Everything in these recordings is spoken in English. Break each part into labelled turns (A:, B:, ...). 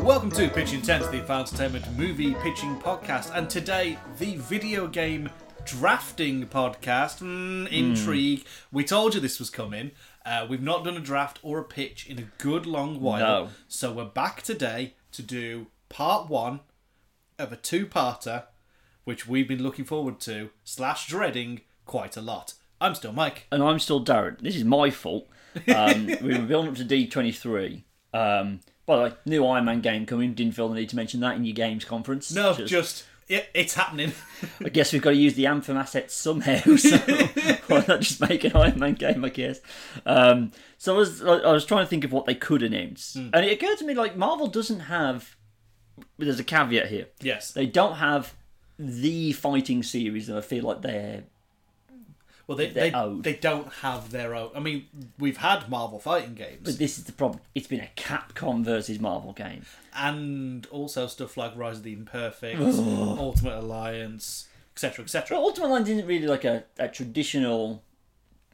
A: Welcome to Pitch Intense, the Final Entertainment Movie Pitching Podcast, and today the video game drafting podcast. Mm, intrigue. We told you this was coming. Uh, we've not done a draft or a pitch in a good long while,
B: No.
A: so we're back today to do part one of a two-parter, which we've been looking forward to slash dreading quite a lot. I'm still Mike.
B: and I'm still Darren. This is my fault. Um, we were building up to D23. Um, by the way, new Iron Man game coming. Didn't feel the need to mention that in your games conference.
A: No, just, yeah, it's happening.
B: I guess we've got to use the Anthem assets somehow, so why not just make an Iron Man game, I guess. Um, so I was, I I was trying to think of what they could announce.
A: Hmm.
B: And it occurred to me, like, Marvel doesn't have... There's a caveat here.
A: yes.
B: They don't have the fighting series that I feel like they're...
A: Well, they
B: They're
A: they,
B: old.
A: they don't have their own. I mean, we've had Marvel fighting games
B: But this is the problem. It's been a Capcom versus Marvel game.
A: and also stuff like Rise of the Imperfect, Ultimate Alliance, etc., etc.
B: But Ultimate Line isn't really like a, a traditional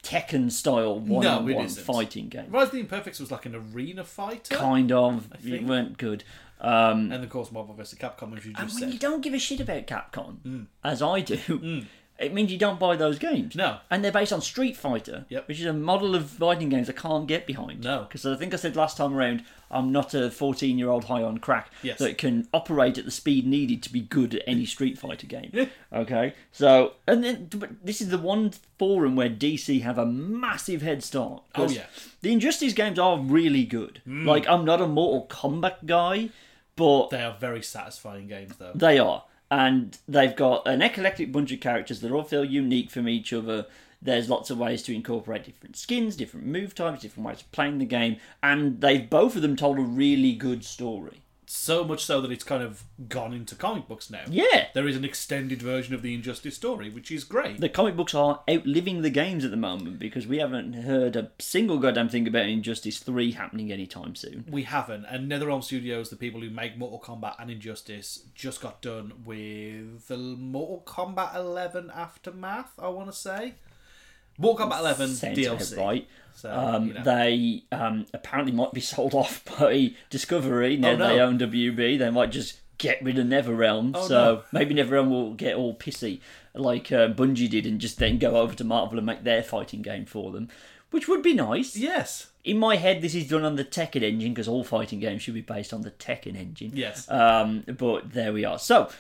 B: Tekken style one on one
A: isn't.
B: fighting game.
A: Rise of the Imperfects was like an arena fighter,
B: Kind of. It
A: think.
B: weren't good. Um,
A: and of course Marvel vs. Capcom, as you
B: and
A: just
B: when
A: said.
B: you don't give a shit about Capcom, as I do, it means you don't buy those games.
A: No.
B: And they're based on Street Fighter,
A: Yep.
B: which is a model of fighting games I can't get behind.
A: No.
B: Because I think I said last time around, I'm not a 14 year old high on crack
A: Yes.
B: that can operate at the speed needed to be good at any Street Fighter game. okay? So, and then but this is the one forum where DC have a massive head start. 'Cause
A: Oh, yeah. Mm.
B: The Injustice games are really good. Like, I'm not a Mortal Kombat guy, but
A: They are very satisfying games, though.
B: they are. And they've got an eclectic bunch of characters that all feel unique from each other. There's lots of ways to incorporate different skins, different move types, different ways of playing the game, and they've both of them told a really good story.
A: So much so that it's kind of gone into comic books now.
B: Yeah.
A: There is an extended version of the Injustice story, which is great.
B: The comic books are outliving the games at the moment because we haven't heard a single goddamn thing about Injustice 3 happening anytime soon.
A: We haven't. And NetherRealm Studios, the people who make Mortal Kombat and Injustice, just got done with the Mortal Kombat 11 aftermath. I want to say Mortal Kombat 11
B: Sounds about
A: DLC.
B: right.
A: So
B: Um,
A: you know.
B: They um, apparently might be sold off by Discovery. Now
A: Oh, no. Oh,
B: they own WB, they might just get rid of NeverRealm. so maybe NeverRealm will get all pissy like uh, Bungie did and just then go over to Marvel and make their fighting game for them, which would be nice.
A: yes,
B: In my head, this is done on the Tekken engine because all fighting games should be based on the Tekken engine.
A: yes,
B: Um, but there we are. So,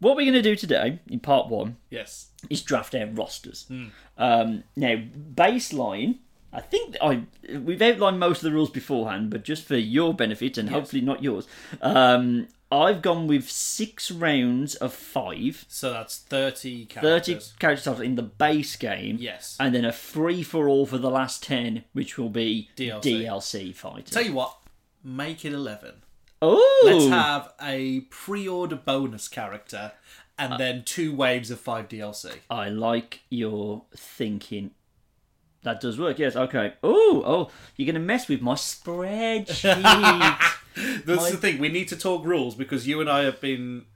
B: what we're going to do today in part one
A: yes.
B: is draft our rosters.
A: Hmm.
B: Um, now, baseline, I think I we've outlined most of the rules beforehand, but just for your benefit and hopefully not yours, um, I've gone with six rounds of five.
A: So that's thirty characters.
B: 30 character titles in the base game.
A: Yes.
B: And then a free for all for the last 10, which will be
A: DLC.
B: DLC fighters.
A: Tell you what, make it eleven.
B: oh!
A: Let's have a pre-order bonus character, and
B: Uh,
A: then two waves of five DLC.
B: I like your thinking. That does work, yes. Okay. Oh, oh, you're going to mess with my spreadsheet.
A: That's the thing. We need to talk rules because you and I have been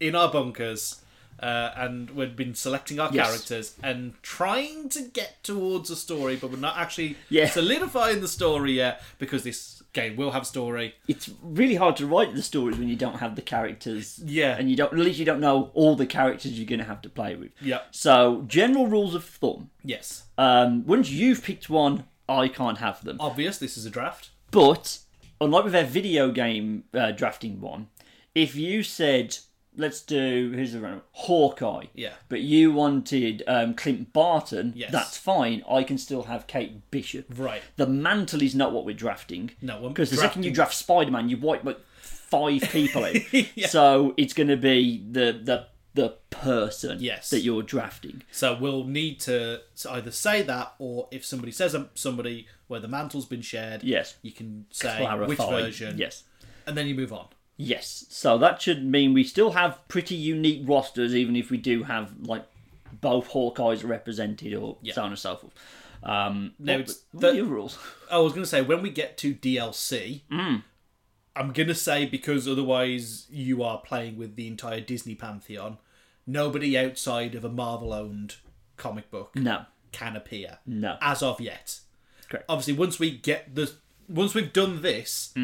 A: in our bunkers uh, and we've been selecting our
B: Yes.
A: characters and trying to get towards a story, but we're not actually
B: Yeah.
A: solidifying the story yet because this game will have story.
B: it's really hard to write the stories when you don't have the characters.
A: Yeah.
B: And you don't, at least you don't know all the characters you're going to have to play with.
A: Yeah.
B: So, general rules of thumb.
A: Yes.
B: Um, once you've picked one, I can't have them.
A: Obvious, this is a draft.
B: But unlike with their video game uh, drafting one, if you said let's do here's the round Hawkeye,
A: Yeah.
B: but you wanted um, Clint Barton,
A: Yes.
B: that's fine. I can still have Kate Bishop.
A: Right.
B: The mantle is not what we're drafting.
A: No, we're
B: because the second you
A: drafting-
B: draft Spider Man, you wipe like five people out. So it's going to be the the the person
A: Yes.
B: that you're drafting.
A: So we'll need to either say that or if somebody says um, somebody where the mantle's been shared,
B: Yes.
A: you can say
B: Clarify.
A: which version.
B: Yes.
A: And then you move on.
B: Yes, so that should mean we still have pretty unique rosters, even if we do have like both Hawkeyes represented or so on and so forth. Um,
A: No,
B: what-
A: it's-
B: what
A: that-
B: are your rules?
A: I was going to say when we get to DLC, I'm going to say because otherwise you are playing with the entire Disney pantheon. Nobody outside of a Marvel-owned comic book
B: No,
A: can appear.
B: No.
A: as of yet.
B: Correct. Hmm.
A: Obviously, once we get the once we've done this,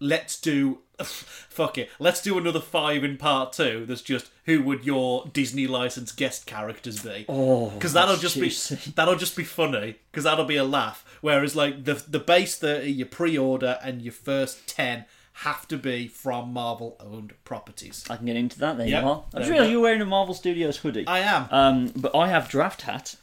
A: let's do fuck it let's do another five in part two that's just who would your disney licensed guest characters be
B: Oh,
A: because that'll
B: that's
A: just be
B: juicy.
A: that'll just be funny because that'll be a laugh whereas like the the base 30 your pre-order and your first 10 have to be from marvel owned properties
B: I can get into that. There
A: Yep.
B: you are. I
A: There
B: just
A: we
B: realised
A: go.
B: you're wearing a Marvel Studios hoodie.
A: i am
B: um, but I have draft hat.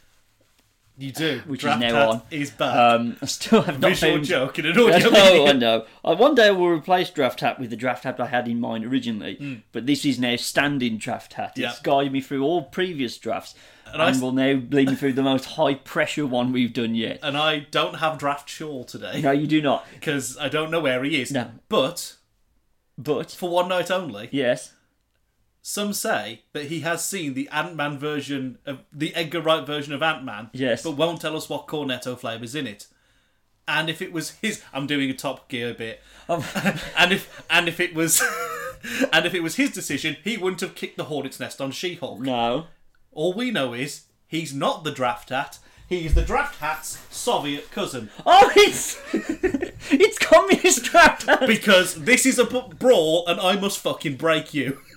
A: you do
B: which is
A: Draft
B: now
A: Hat
B: on.
A: is back
B: Um, I still have not
A: visual
B: found.
A: joke in an audio
B: no, Oh, I
A: medium.
B: know. Uh, one day we'll replace draft hat with the draft hat I had in mind originally, but this is now standing draft hat. It's
A: Hmm. Yeah.
B: guided me through all previous drafts, and,
A: I s-
B: will now lead me through the most high pressure one we've done yet.
A: and i don't have draft shawl today
B: no, you do not.
A: because i don't know where he is
B: No.
A: but
B: But
A: for one night only
B: yes,
A: Some say that he has seen the Ant Man version of the Edgar Wright version of Ant Man,
B: Yes.
A: but won't tell us what cornetto flavour's in it. And if it was his, I'm doing a Top Gear bit.
B: Um,
A: and if and if it was, and if it was his decision, he wouldn't have kicked the hornet's nest on She-Hulk.
B: no.
A: All we know is he's not the draft hat. He's the draft hat's Soviet cousin
B: Oh, it's it's communist draft hat.
A: because this is a b- brawl, and I must fucking break you.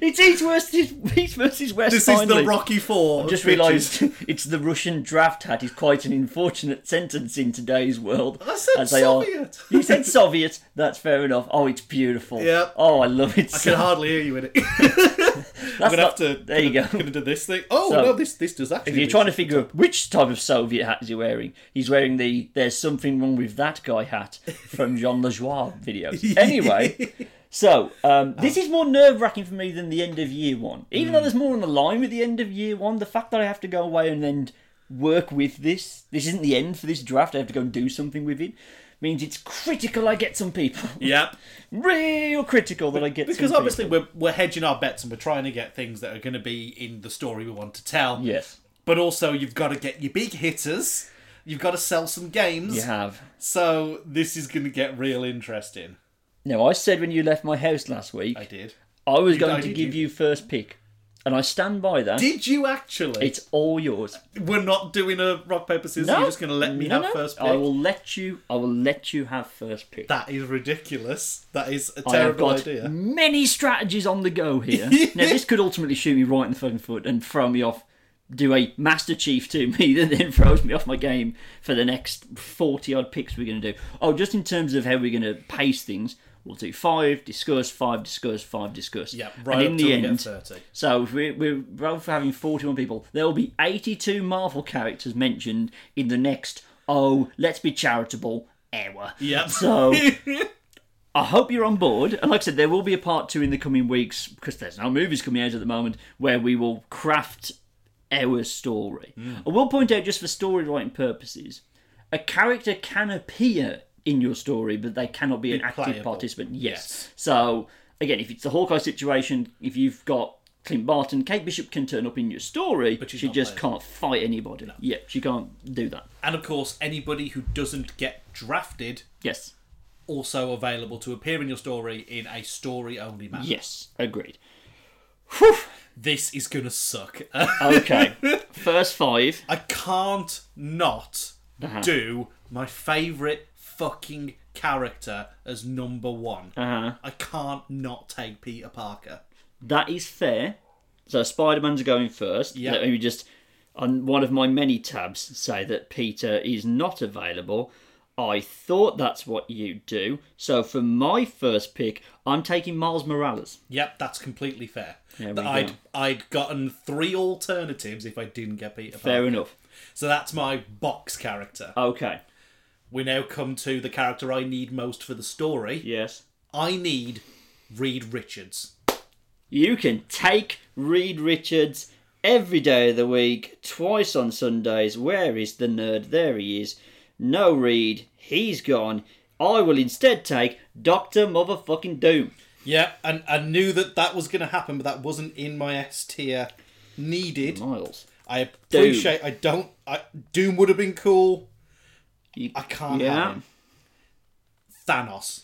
B: It's East versus East versus West.
A: This
B: finally.
A: is the Rocky Four. of
B: Just
A: bitches.
B: realised it's the Russian draft hat is quite an unfortunate sentence in today's world.
A: I said
B: as they are-
A: Soviet.
B: You said Soviet. That's fair enough. Oh, it's beautiful.
A: Yep.
B: Oh, I love it.
A: I can hardly hear you in it.
B: That's
A: I'm gonna
B: not-
A: have to.
B: There you
A: gonna,
B: go.
A: Gonna do this thing. Oh
B: So,
A: no, this this does actually.
B: If you're
A: do
B: trying to
A: something.
B: figure out which type of Soviet hat is he wearing, he's wearing the "There's something wrong with that guy" hat from Jean Lajoie videos. Anyway, so um, this is more nerve-wracking for me than the end of year one. Even
A: Hmm.
B: though there's more on the line with the end of year one, the fact that I have to go away and then work with this, this isn't the end for this draft. I have to go and do something with it. Means it's critical I get some people.
A: Yep.
B: Real critical that I get
A: Because
B: some
A: obviously we're we're hedging our bets and we're trying to get things that are going to be in the story we want to tell.
B: people. yes,
A: But also you've got to get your big hitters. You've got to sell some games.
B: you have.
A: So this is going to get real interesting.
B: Now I said when you left my house last week.
A: I did.
B: I was
A: I
B: going to
A: did
B: give
A: give-
B: you first pick, and I stand by that.
A: Did you actually?
B: It's all yours.
A: We're not doing a rock paper scissors. You're just going to let me
B: No,
A: have
B: no.
A: first pick.
B: I will let you. I will let you have first pick.
A: That is ridiculous. That is a
B: I have
A: terrible
B: got
A: idea.
B: many strategies on the go here. now this could ultimately shoot me right in the fucking foot and throw me off. Do a Master Chief to me that then throws me off my game for the next forty odd picks we're going to do. Oh, just in terms of how we're going to pace things, we'll do five, discuss five, discuss five, discuss.
A: Yeah,
B: and
A: right
B: in
A: up
B: the
A: till we
B: end,
A: get thirty.
B: So if we're, we're both having 41 people. There will be 82 Marvel characters mentioned in the next, oh, let's be charitable, hour.
A: Yep.
B: So I hope you're on board. And like I said, there will be a part two in the coming weeks because there's no movies coming out at the moment where we will craft our story.
A: Hmm.
B: I will point out, just for story writing purposes, a character can appear in your story, but they cannot be an active
A: playable.
B: participant.
A: Yes.
B: yes. So again, if it's the Hawkeye situation, if you've got Clint Barton, Kate Bishop can turn up in your story, but
A: she's
B: she
A: not
B: just
A: playable.
B: can't fight anybody. Yeah, she can't do that.
A: And of course, anybody who doesn't get drafted
B: Yes.
A: also available to appear in your story in a story only manner.
B: Yes. Agreed.
A: This is gonna suck.
B: Okay. First five.
A: I can't not
B: Uh-huh.
A: do my favourite fucking character as number one.
B: Uh-huh.
A: I can't not take Peter Parker.
B: That is fair. So Spider Man's going first.
A: Yeah.
B: Let me just, on one of my many tabs, say that Peter is not available. I thought that's what you do. So for my first pick, I'm taking Miles Morales.
A: Yep, that's completely fair.
B: we
A: But
B: go.
A: I'd I'd gotten three alternatives if I didn't get Peter Parker.
B: Fair enough.
A: So that's my box character.
B: Okay.
A: We now come to the character I need most for the story.
B: Yes.
A: I need Reed Richards.
B: You can take Reed Richards every day of the week, twice on Sundays. Where is the nerd? There he is. No Reed, he's gone. I will instead take Doctor Motherfucking Doom.
A: Yeah, and I knew that that was going to happen, but that wasn't in my S tier. Needed.
B: Miles.
A: I appreciate. I don't. I Doom would have been cool.
B: You-
A: I can't
B: Yeah.
A: have him. Thanos.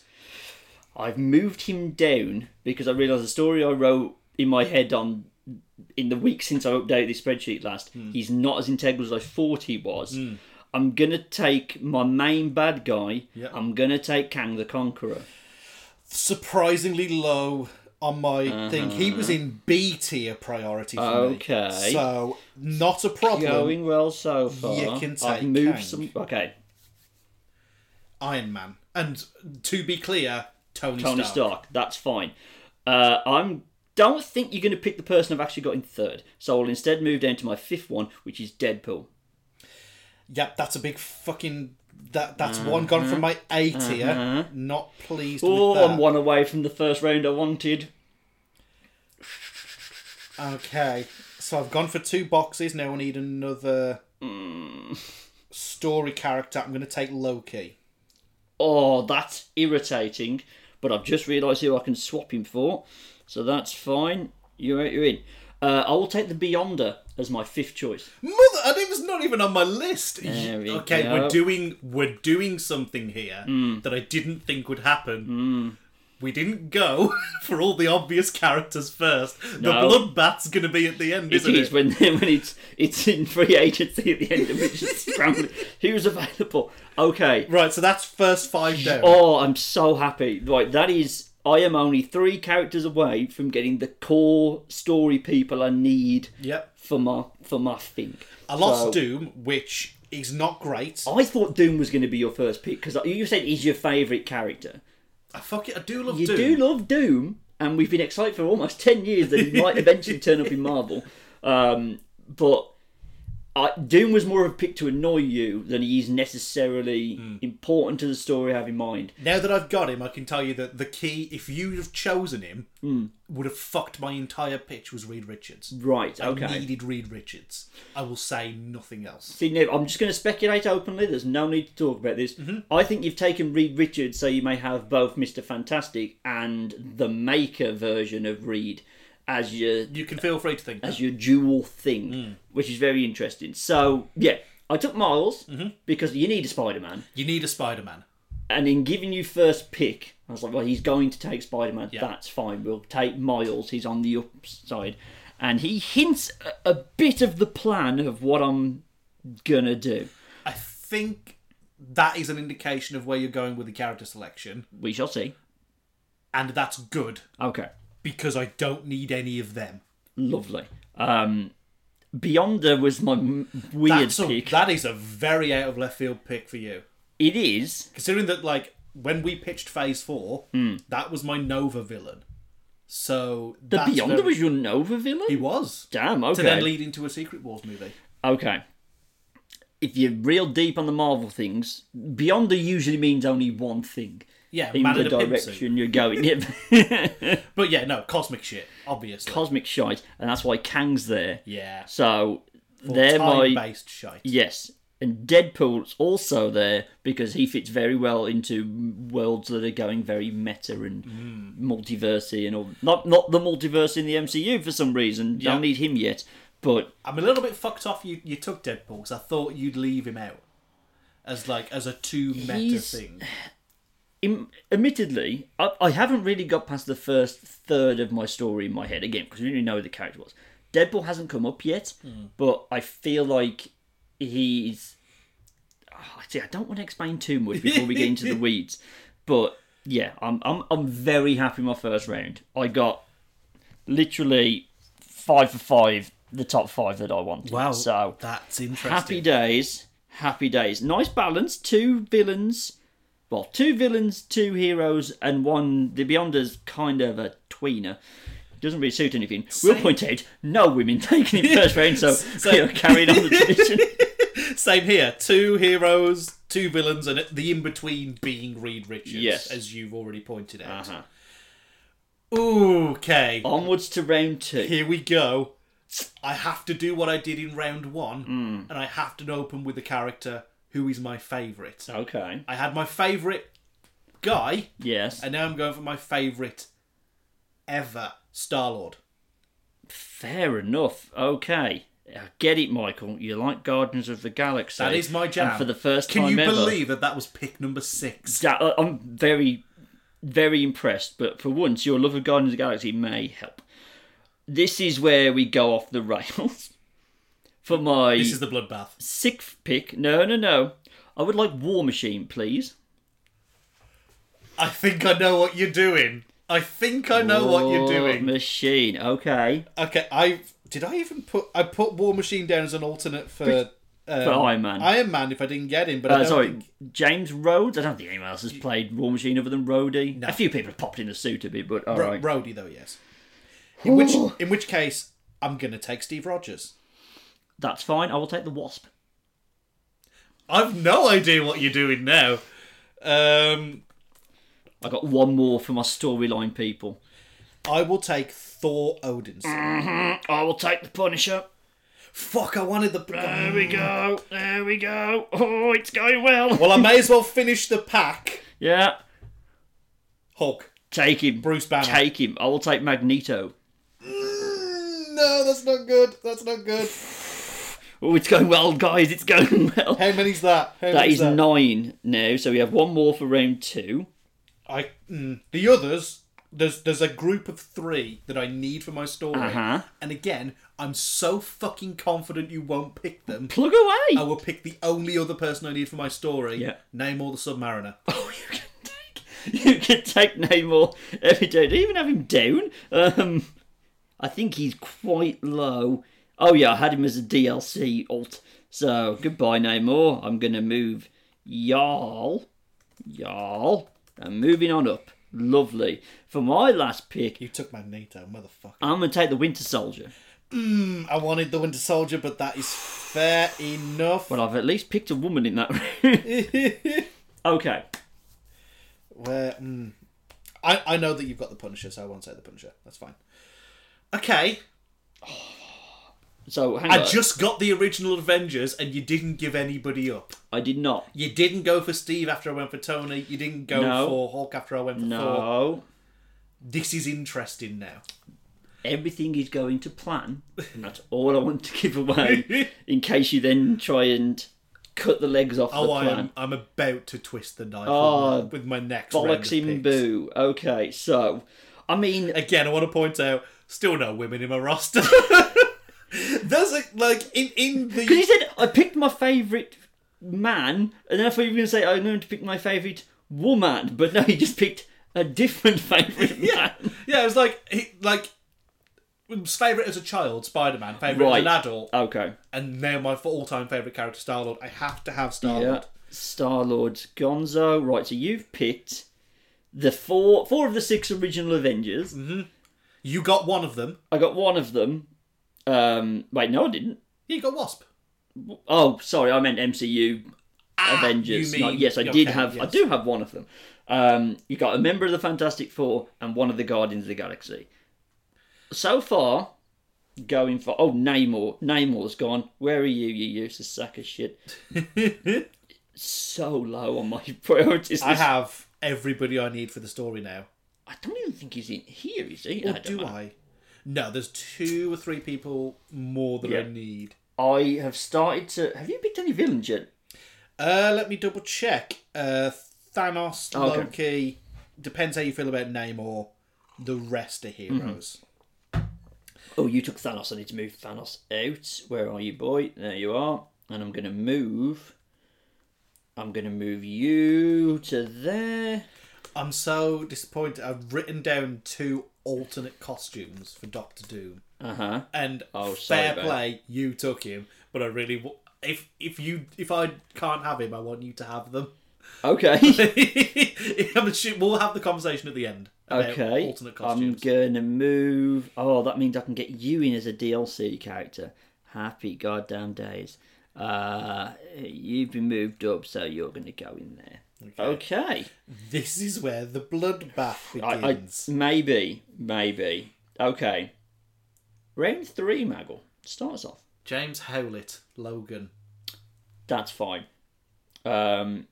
B: I've moved him down because I realised the story I wrote in my head on
A: Hmm.
B: in the week since I updated this spreadsheet last, he's not as integral as I thought he was. I'm gonna take my main bad guy.
A: Yep.
B: I'm gonna take Kang the Conqueror.
A: Surprisingly low on my thing. He was in B tier priority for
B: Uh-huh. Okay.
A: me. So, not a problem.
B: Going well so far.
A: You can
B: I've
A: take
B: moved
A: Kang.
B: some. Okay,
A: Iron Man. And to be clear, Tony,
B: Tony
A: Stark.
B: Stark. That's fine. Uh, I'm. Don't think you're going to pick the person I've actually got in third, so I'll instead move down to my fifth one, which is Deadpool.
A: Yep, that's a big fucking. That that's one gone from my A tier. Not pleased with
B: Mm-hmm. Oh,
A: that.
B: I'm one away from the first round I wanted.
A: Okay, so I've gone for two boxes. Now I need another
B: Mm.
A: story character. I'm going to take Loki.
B: Oh, that's irritating. But I've just realised who I can swap him for, so that's fine. You're out, you're in. Uh, I will take the Beyonder as my fifth choice.
A: Mother, and it was not even on my list.
B: There we
A: okay,
B: go. Mm.
A: we're doing we're doing something here that I didn't think would happen. We didn't go for all the obvious characters first.
B: No.
A: The bloodbath's going to be at the end,
B: It
A: isn't
B: is
A: it?
B: when when it's it's in free agency at the end of it. Just scrambling. Who's available? Okay.
A: Right, so that's first five down.
B: Oh, I'm so happy. Like that is I am only three characters away from getting the core story people I need
A: Yep,
B: for my for my thing.
A: I lost
B: So-
A: Doom, which is not great.
B: I thought Doom was going to be your first pick because you said he's your favourite character.
A: I fuck it, I do love
B: You
A: Doom.
B: do love Doom, and we've been excited for almost ten years that he might eventually turn up in Marvel. Um, but I, Doom was more of a pick to annoy you than he is necessarily important to the story I have in mind.
A: Now that I've got him, I can tell you that the key, if you'd have chosen him,
B: Hmm.
A: would have fucked my entire pitch was Reed Richards.
B: Right?
A: I
B: Okay.
A: needed Reed Richards. I will say nothing else.
B: See, Nev, I'm just going to speculate openly. There's no need to talk about this. I think you've taken Reed Richards, so you may have both Mr. Fantastic and the Maker version of Reed as your
A: You can feel free to think.
B: as your dual thing,
A: Hmm.
B: which is very interesting. So yeah, I took Miles
A: Mm-hmm.
B: because you need a Spider-Man,
A: You need a Spider Man.
B: and in giving you first pick, I was like, well, he's going to take Spider-Man.
A: Yeah.
B: That's fine. We'll take Miles. He's on the upside, and he hints a, a bit of the plan of what I'm gonna do.
A: I think that is an indication of where you're going with the character selection,
B: We shall see.
A: and that's good
B: Okay,
A: because I don't need any of them.
B: lovely. Um, Beyonder was my m- weird
A: That's a,
B: pick.
A: that is a very out of left field pick for you.
B: It is.
A: considering that like when we pitched phase four that was my nova villain so
B: Hmm. The Beyonder was your Nova villain.
A: he was
B: Damn. Okay.
A: to then lead into a secret wars movie
B: Okay. If you're real deep on the Marvel things, Beyonder usually means only one thing
A: yeah
B: in
A: man
B: the
A: in a pimp suit.
B: direction you're going. Yeah.
A: but yeah no cosmic shit obviously
B: Cosmic shite, and that's why Kang's there.
A: yeah
B: So they're
A: time
B: my
A: based shite
B: yes, and Deadpool's also there because he fits very well into worlds that are going very meta and
A: Hmm.
B: multiversey and all. Not not the multiverse in the MCU for some reason.
A: Yeah.
B: Don't need him yet, but
A: i'm a little bit fucked off you you took deadpool because i thought you'd leave him out as like as a two meta
B: He's-
A: thing
B: Im- admittedly, I, I haven't really got past the first third of my story in my head again because we didn't really know who the character was. Deadpool hasn't come up yet, but I feel like he's. Oh, see, I don't want to explain too much before we get into the weeds, but yeah, I'm I'm I'm very happy with my first round. I got literally five for five, the top five that I wanted.
A: wow
B: so
A: that's interesting
B: Happy days, happy days. Nice balance. Two villains, well, two villains, two heroes, and one. The Beyonder's kind of a tweener. Doesn't really suit anything. We'll point out no women taken in first round, so we are carried on the tradition.
A: Same here. Two heroes, two villains, and the in between being Reed Richards,
B: Yes.
A: as you've already pointed out.
B: Uh-huh.
A: Okay,
B: Onwards to round two.
A: here we go. I have to do what I did in round one,
B: Hmm.
A: and I have to open with the character who is my favourite.
B: Okay.
A: I had my favourite guy,
B: Yes.
A: and now I'm going for my favourite ever Star Lord.
B: Fair enough. Okay. I get it, Michael. You like Guardians of the Galaxy.
A: That is my jam.
B: And for the first
A: Can
B: time
A: you
B: ever.
A: believe that that was pick number six?
B: that I- I'm very, very impressed. But for once, your love of Guardians of the Galaxy may help. This is where we go off the rails For my
A: This is the bloodbath.
B: sixth pick, no, no, no. I would like War Machine, please.
A: I think I know what you're doing. I think I know what you're
B: War
A: doing.
B: Machine. Okay.
A: Okay, I did. I even put I put War Machine down as an alternate for, um,
B: For Iron Man.
A: Iron Man if I didn't get him, but I
B: Uh,
A: don't
B: sorry,
A: think-
B: James Rhodes. I don't think anyone else has played War Machine other than Rhodey. A few people have popped in a suit a bit, but all
A: Ro-
B: right.
A: Rhodey though, yes. In which in which case, I'm gonna take Steve Rogers.
B: that's fine. I will take the Wasp.
A: I've no idea what you're doing now. Um,
B: I got one more for my storyline people.
A: I will take Thor Odinson.
B: I will take the Punisher.
A: Fuck! I wanted the.
B: There we go. There we go. Oh, it's going well.
A: Well, I may as well finish the pack.
B: Yeah,
A: Hulk,
B: take him.
A: Bruce Banner.
B: Take him. I will take Magneto.
A: Mm, no, that's not good. That's not good.
B: Oh, it's going well, guys. It's going well.
A: How many's that? How
B: That
A: many's
B: is nine now, so we have one more for round two.
A: I mm, the others. There's there's a group of three that I need for my story,
B: Uh-huh.
A: and again, I'm so fucking confident you won't pick them.
B: Plug away.
A: I will pick the only other person I need for my story.
B: Yeah.
A: Name all the Submariner.
B: Oh, you can take you can take Namor every day. Do you even have him down? Um, I think he's quite low. Oh yeah, I had him as a DLC alt. So goodbye Namor. I'm gonna move Jarl, Jarl, and moving on up. Lovely. For my last pick,
A: You took Magneto, motherfucker. Um,
B: I'm gonna take the Winter Soldier.
A: I wanted the Winter Soldier, but that is fair enough.
B: But I've at least picked a woman in that round. okay.
A: Where mm, I I know that you've got the Punisher, so I won't say the Punisher. That's fine. Okay,
B: So hang
A: I
B: on.
A: just got the original Avengers, and you didn't give anybody up.
B: I did not.
A: You didn't go for Steve after I went for Tony. You didn't go
B: No.
A: for Hulk after I went for Thor.
B: No.
A: This is interesting now.
B: everything is going to plan, and that's all I want to give away. in case you then try and cut the legs off
A: Oh,
B: the plan.
A: I'm I'm about to twist the knife
B: Oh,
A: with my next round of
B: Bollocks
A: picks.
B: in boo. Okay, so I mean,
A: Again, I want to point out, still no women in my roster. There's a, like in in
B: because you
A: the
B: said I picked my favourite man, and then I thought you were going to say I'm going to pick my favourite woman, but no, you just picked a different favourite
A: yeah
B: man.
A: yeah it was like he, like was favorite as a child Spider Man, favorite as
B: Right.
A: an adult,
B: Okay,
A: and now my all time favorite character Star Lord. I have to have Star Lord.
B: yeah. Star Lord Gonzo. Right, so you've picked the four four of the six original Avengers.
A: You got one of them.
B: I got one of them. Um, wait, no, I didn't.
A: You got Wasp.
B: Oh, sorry, I meant MCU Avengers.
A: you mean-
B: Not- yes, I
A: okay,
B: did have. I
A: yes.
B: do have one of them. Um, you got a member of the Fantastic Four and one of the Guardians of the Galaxy. So far, going for oh Namor. Namor's gone. Where are you? You useless sack of shit. so low on my priorities.
A: I
B: list.
A: have everybody I need for the story now.
B: I don't even think he's in here, is he? I don't
A: Do
B: know.
A: I? No, there's two or three people more that I
B: Yeah.
A: need.
B: I have started to. Have you picked any villains yet?
A: Uh, let me double check. Uh, Thanos,
B: Oh, Okay.
A: Loki. Depends how you feel about Namor. The rest are
B: Mm-hmm.
A: heroes.
B: Oh, you took Thanos. I need to move Thanos out. Where are you, boy? There you are. And I'm going to move. I'm going to move you to there.
A: I'm so disappointed. I've written down two alternate costumes for Doctor Doom,
B: Uh huh.
A: and
B: Oh, sorry,
A: fair
B: babe.
A: play, you took him. But I really, w- if if you if I can't have him, I want you to have them.
B: Okay.
A: I'm assu- we'll have the conversation at the end. about
B: okay.
A: Alternate
B: I'm
A: costumes.
B: going to move. Oh, that means I can get you in as a DLC character. Happy goddamn days. Uh, you've been moved up, so you're going to go in there. Okay.
A: This is where the bloodbath
B: I, I,
A: begins.
B: maybe. Maybe. Okay. Round three, Maggle. Starts off.
A: James Howlett, Logan.
B: that's fine. Um,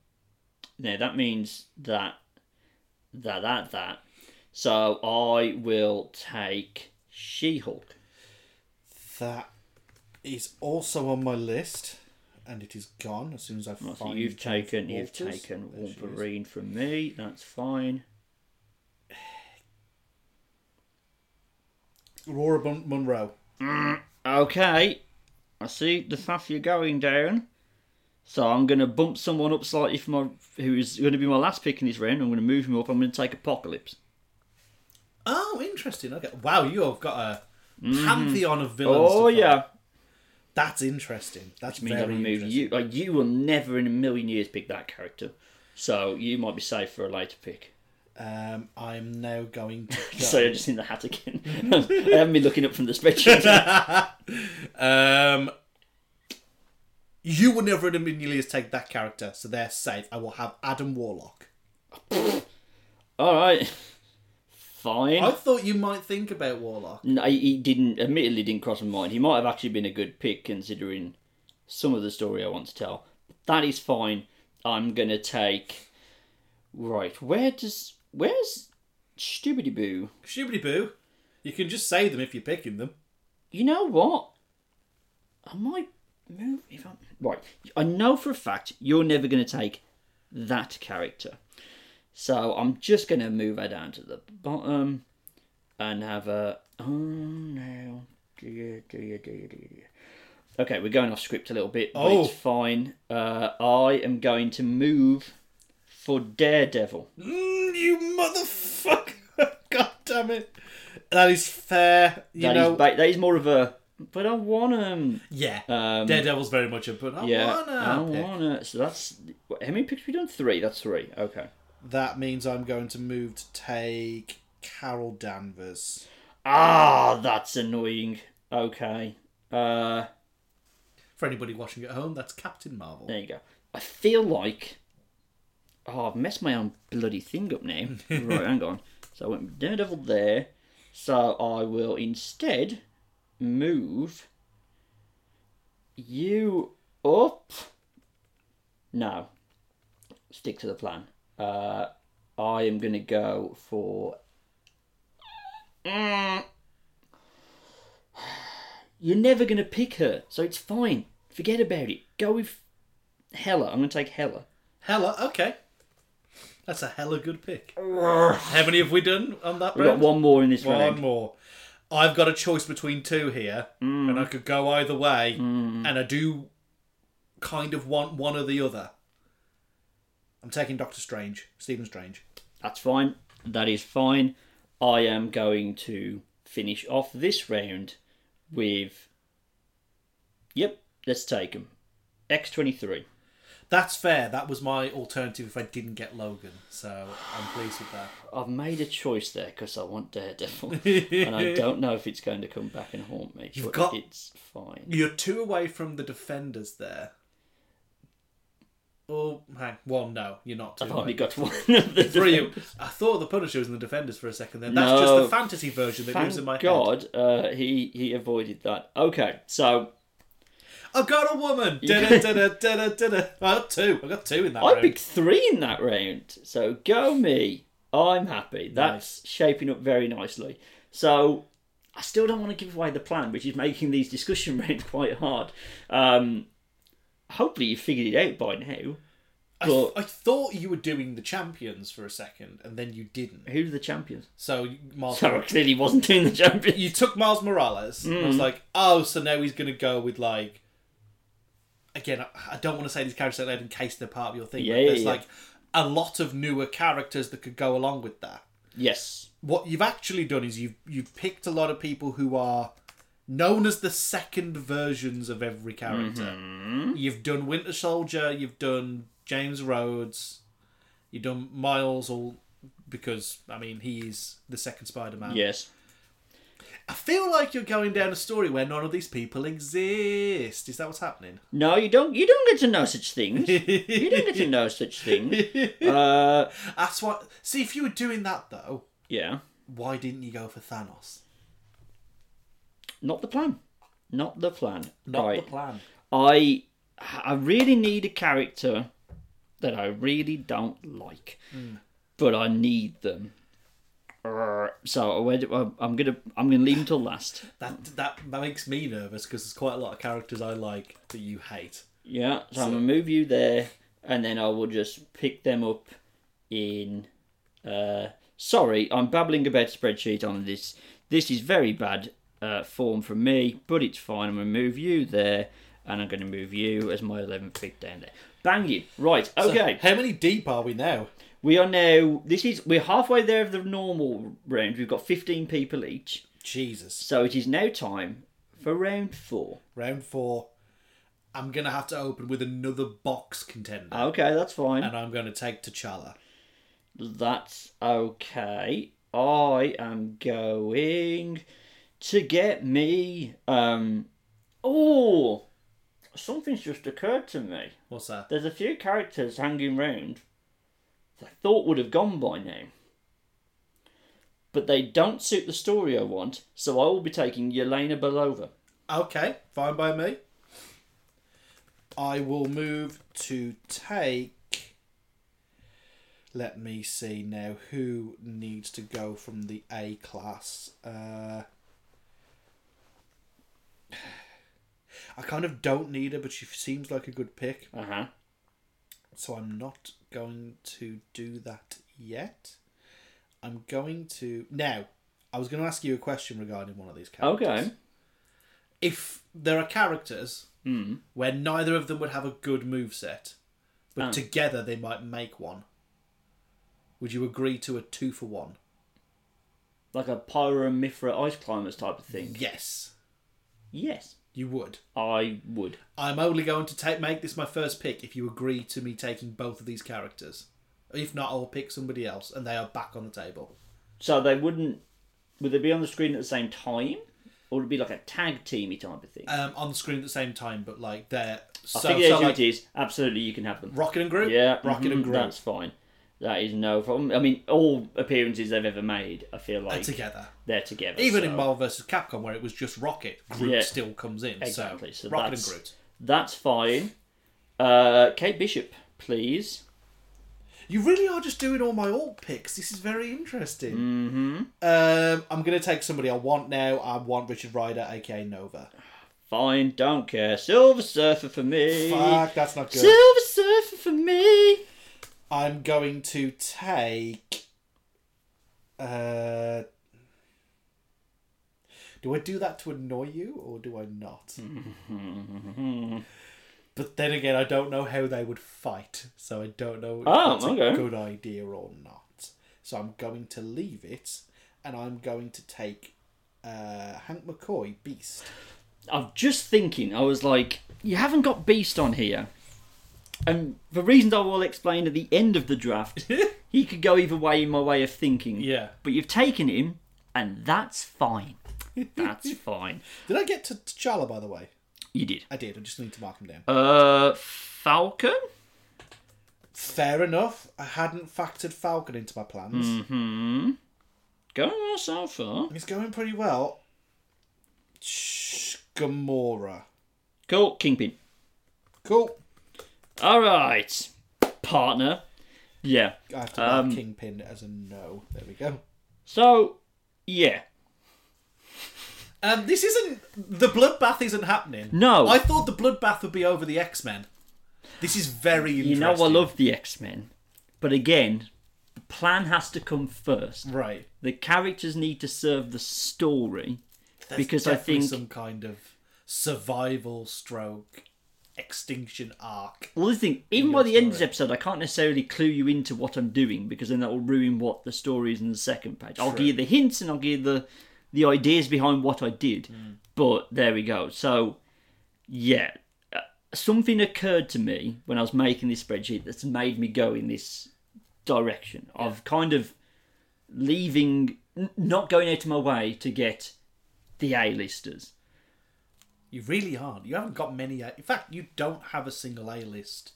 B: now that means that that that that. So I will take She-Hulk.
A: That is also on my list, and it is gone as soon as I
B: I
A: find.
B: think you've
A: Jennifer
B: taken you've
A: Walters.
B: taken
A: There she is.
B: Wolverine from me. That's fine.
A: Aurora Mon- Monroe.
B: Okay, I see the path you're going down. So I'm going to bump someone up slightly for my who's going to be my last pick in this round. I'm going to move him up. I'm going to take Apocalypse.
A: Oh, interesting. Okay. Wow, you have got a pantheon of villains.
B: Mm-hmm. Oh
A: to fight.
B: yeah,
A: That's interesting. That's
B: means I
A: very
B: remove
A: interesting.
B: you. Like you will never in a million years pick that character. So you might be safe for a later pick.
A: Um, I'm now going to.
B: So I just in the hat again. I haven't been looking up from the spreadsheet.
A: Um, you will never in a million years take that character, so they're safe. I will have Adam Warlock.
B: All right, fine.
A: I thought you might think about Warlock.
B: No, he- he didn't. Admittedly, didn't cross my mind. He might have actually been a good pick considering some of the story I want to tell. That is fine. I'm gonna take. Right, where does where's Stupidity Boo?
A: Shibbity boo. You can just say them if you're picking them.
B: You know what? I might move if I'm right. I know for a fact you're never gonna take that character, so I'm just gonna move her down to the bottom and have a. Oh no! Okay, we're going off script a little bit, but
A: Oh.
B: it's fine. Uh, I am going to move for Daredevil.
A: Mm, you motherfucker! God damn it. That is fair. You
B: That is
A: know.
B: ba- that is more of a. But I want him.
A: yeah.
B: Um,
A: Daredevil's very much a but I
B: Yeah,
A: wanna.
B: I
A: pick.
B: wanna. So that's what, how many picks we done? Three. That's three. Okay.
A: That means I'm going to move to take Carol Danvers.
B: Ah, that's annoying. Okay. Uh,
A: For anybody watching at home, that's Captain Marvel.
B: there you go. I feel like. Oh, I've messed my own bloody thing up now. right, hang on. So I went with Daredevil there. So I will instead move you up. No. Stick to the plan. Uh, I am going to go for. Mm. You're never going to pick her, so it's fine. Forget about it. Go with Hella. I'm going to take Hella.
A: Hella, okay. That's a hella good pick. How many have we done on that
B: We've got
A: round?
B: one more in this round.
A: One more. I've got a choice between two here,
B: Mm.
A: and I could go either way, and I do kind of want one or the other. I'm taking Doctor Strange, Stephen Strange.
B: That's fine. That is fine. I am going to finish off this round with. Yep, let's take him. X23.
A: That's fair. That was my alternative if I didn't get Logan, so I'm pleased with that.
B: I've made a choice there because I want Daredevil, and I don't know if it's going to come back and haunt me.
A: You've
B: but
A: got-
B: it's fine.
A: You're two away from the defenders there. Oh, hang. Well, no, you're not two.
B: I've
A: away.
B: only got one of the
A: Brilliant. I thought the Punisher was in the Defenders for a second then. That's
B: No.
A: just the fantasy version that lives in my
B: Thank
A: head.
B: God uh, he he avoided that. Okay, so
A: I've got a woman. Da-da, da-da, da-da, da-da. I got two. I got two in that
B: I
A: round.
B: picked three in that round. So go me. I'm happy. That's shaping up very nicely. So I still don't want to give away the plan, which is making these discussion rounds quite hard. Um, hopefully you figured it out by now.
A: I, th- I thought you were doing the champions for a second, and then you didn't.
B: Who are the champions?
A: So you- Miles,
B: So I clearly wasn't doing the champions.
A: you took Miles Morales. And I
B: Mm.
A: was like, oh, so now he's gonna go with like. Again, I- I don't want to say these characters out loud in case they're part of your thing.
B: Yeah,
A: but
B: yeah,
A: there's
B: yeah.
A: like a lot of newer characters that could go along with that.
B: Yes.
A: what you've actually done is you've you've picked a lot of people who are known as the second versions of every character. You've done Winter Soldier, you've done James Rhodes, you've done Miles all because I mean he's the second Spider-Man.
B: Yes.
A: I feel like you're going down a story where none of these people exist. Is that what's happening?
B: No, you don't. You don't get to know such things. you don't get to know such things. Uh,
A: That's what. See, if you were doing that though,
B: yeah.
A: why didn't you go for Thanos?
B: Not the plan. Not the plan.
A: Not
B: right.
A: the plan.
B: I I really need a character that I really don't like, but I need them. Arr, So I went- I'm I'm gonna I'm gonna leave until last.
A: That that makes me nervous because there's quite a lot of characters I like that you hate.
B: Yeah, so, I'm gonna move you there, and then I will just pick them up in. Uh, sorry, I'm babbling about spreadsheet on this. This is very bad. uh, form from me, but it's fine. I'm going to move you there, and I'm going to move you as my 11th pick down there. Banging. Right,
C: So
B: okay.
C: How many deep are we now?
B: We are now. This is we're halfway there of the normal round. We've got fifteen people each,
C: Jesus.
B: so it is now time for round four.
A: Round four. I'm gonna have to open with another box contender,
B: Okay, that's fine.
A: and I'm gonna take T'Challa.
B: That's okay. I am going to get me. Um. Oh, something's just occurred to me.
A: What's that?
B: There's a few characters hanging round that I thought would have gone by now. But they don't suit the story I want, so I will be taking Yelena Belova.
A: Okay, fine by me.
C: I will move to take. Let me see now who needs to go from the A class. Uh, I kind of don't need her, but she seems like a good pick,
B: Uh huh.
C: so I'm not going to do that yet. I'm going to now. I was going to ask you a question regarding one of these characters.
B: Okay.
A: If there are characters
B: Mm.
A: where neither of them would have a good move set, but
B: Ah.
A: together they might make one, would you agree to a two for one?
B: Like a Pyro and Mithra ice climbers type of thing.
A: Yes,
B: Yes,
A: you would.
B: I would.
A: I'm only going to take make this my first pick if you agree to me taking both of these characters. If not, I'll pick somebody else, and they are back on the table.
B: So they wouldn't. Would they be on the screen at the same time? Or would it be like a tag teamy type of thing?
A: Um, on the screen at the same time, but like they're so,
B: I think yeah,
A: so like
B: it is. Absolutely, you can have them.
A: Rocket and Groot.
B: Yeah,
A: Rocket and
B: mhm,
A: Groot
B: That's fine. That is no problem. I mean, all appearances they've ever made, I feel
A: are
B: like
A: together.
B: they're together.
A: Even
B: so
A: in Marvel vs. Capcom, where it was just Rocket, Groot
B: Yeah.
A: still comes in.
B: Exactly,
A: So,
B: so
A: Rocket
B: that's-
A: and Groot.
B: that's fine. Uh, Kate Bishop, please.
A: You really are just doing all my alt picks. This is very interesting. Mm-hmm. Um, I'm gonna take somebody I want now. I want Richard Ryder, aka Nova.
B: Fine, don't care. Silver Surfer for me.
A: Fuck, that's not good.
B: Silver Surfer for me.
A: I'm going to take. Uh, do I do that to annoy you or do I not? but then again, I don't know how they would fight, so I don't know if
B: Oh,
A: that's a
B: okay.
A: good idea or not. So I'm going to leave it, and I'm going to take uh, Hank McCoy, Beast.
B: I'm just thinking. I was like, you haven't got Beast on here, and for reasons I will explain at the end of the draft, he could go either way in my way of thinking.
A: Yeah.
B: But you've taken him, and that's fine. That's fine.
A: Did I get to T'Challa, by the way?
B: You did.
A: I did. I just need to mark him down.
B: Uh, Falcon.
A: Fair enough. I hadn't factored Falcon into my plans.
B: Hmm. Going well so far.
A: He's going pretty well. Shh, Gamora.
B: Cool. Kingpin.
A: Cool.
B: All right, partner. Yeah.
A: I have to mark
B: Um,
A: Kingpin as a no. There we go.
B: So, yeah.
A: Um, this isn't the bloodbath isn't happening.
B: No.
A: I thought the bloodbath would be over the X Men. This is very interesting.
B: You know I love the X Men, but again, the plan has to come first.
A: right
B: The characters need to serve the story.
A: There's
B: Because I
A: definitely
B: think-
A: some kind of survival stroke extinction arc.
B: Well, the thing, even by the end of this episode, I can't necessarily clue you into what I'm doing because then that will ruin what the story is in the second page. I'll give you the hints and I'll give you the the ideas behind what I did,
A: Hmm.
B: but there we go. So, yeah, uh, something occurred to me when I was making this spreadsheet that's made me go in this direction of kind of leaving, n- not going out of my way to get the A-listers.
A: You really aren't. You haven't got many. A- In fact, you don't have a single A list.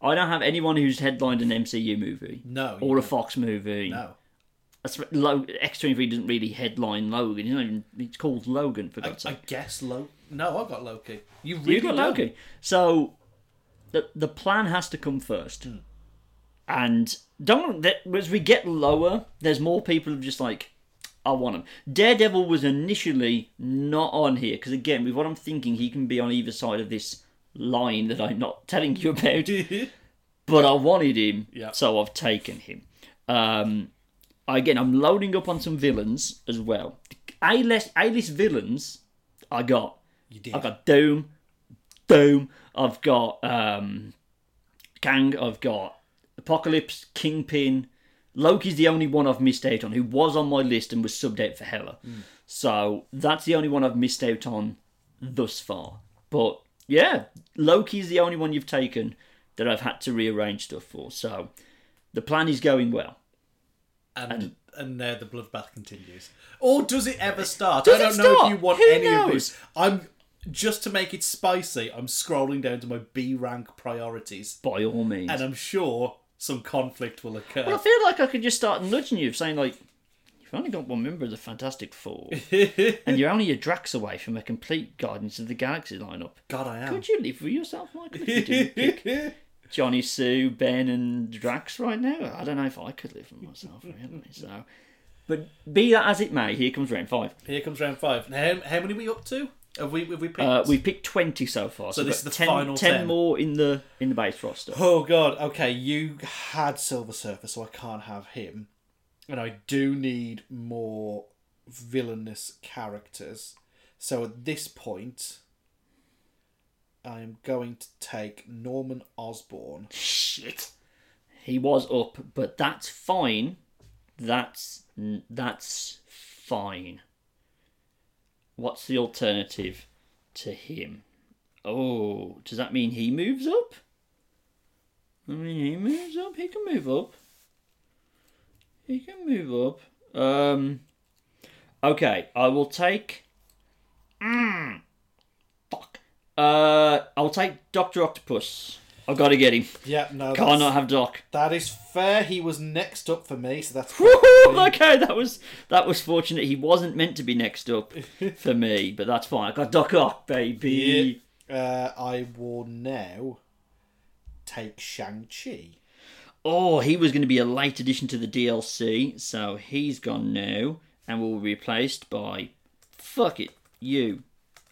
B: I don't have anyone who's headlined an MCU movie.
A: No. you
B: Or a
A: don't.
B: Fox movie.
A: no.
B: That's what- Lo- X23 doesn't really headline Logan. It's, not even, it's called Logan, for
A: I,
B: God's
A: I
B: sake.
A: guess Lo. No, I've got Loki. You really
B: You got
A: don't.
B: Logan. So the, the plan has to come first.
A: Hmm.
B: And don't that, as we get lower, there's more people who just like, I want him. Daredevil was initially not on here because, again, with what I'm thinking, he can be on either side of this line that I'm not telling you about. but I wanted him,
A: Yeah.
B: so I've taken him. Um, again, I'm loading up on some villains as well. A list A list villains. I got.
A: You did.
B: I've got Doom, Doom. I've got um, Kang. I've got Apocalypse, Kingpin. Loki's the only one I've missed out on, who was on my list and was subbed out for Hella. So that's the only one I've missed out on thus far. But yeah, Loki's the only one you've taken that I've had to rearrange stuff for. So the plan is going well.
A: and and now the bloodbath continues. Or does it ever start?
B: Does
A: I don't
B: it
A: know if
B: start?
A: you want
B: Who
A: any of this. I'm just to make it spicy. I'm scrolling down to my B rank priorities,
B: By all means.
A: and I'm sure some conflict will occur.
B: I feel like I could just start nudging you, saying like, "You've only got one member of the Fantastic Four, and you're only a Drax away from a complete Guardians of the Galaxy lineup.
A: God, I am.
B: Would you live with yourself, Michael? If you didn't pick Johnny, Sue, Ben, and Drax right now, I don't know if I could live with myself really. So, but be that as it may, here comes round five.
A: Here comes round five. Now, how, how many are we up to? Have we have we picked?
B: Uh, we picked twenty so far, so,
A: this
B: we've
A: is the
B: got 10,
A: final 10.
B: more in the in the base roster.
C: Oh god, okay, you had Silver Surfer, so I can't have him. And I do need more villainous characters. So at this point, I am going to take Norman Osborn.
B: Shit. He was up, but that's fine. That's that's fine. What's the alternative to him? Oh, does that mean he moves up? I mean, he moves up. He can move up. He can move up. Um. Okay, I will take. Mm, fuck. Uh, I'll take Doctor Octopus. I've got to get him.
C: Yeah, no,
B: Can't
C: that's,
B: not have Doc.
C: that is fair. He was next up for me, so that's
B: Woohoo! Okay, that was that was fortunate. He wasn't meant to be next up for me, but that's fine. I got Doc Ock, baby.
C: Uh, I will now take Shang-Chi.
B: Oh, he was going to be a late addition to the DLC, so he's gone now and will be replaced by fuck it, you.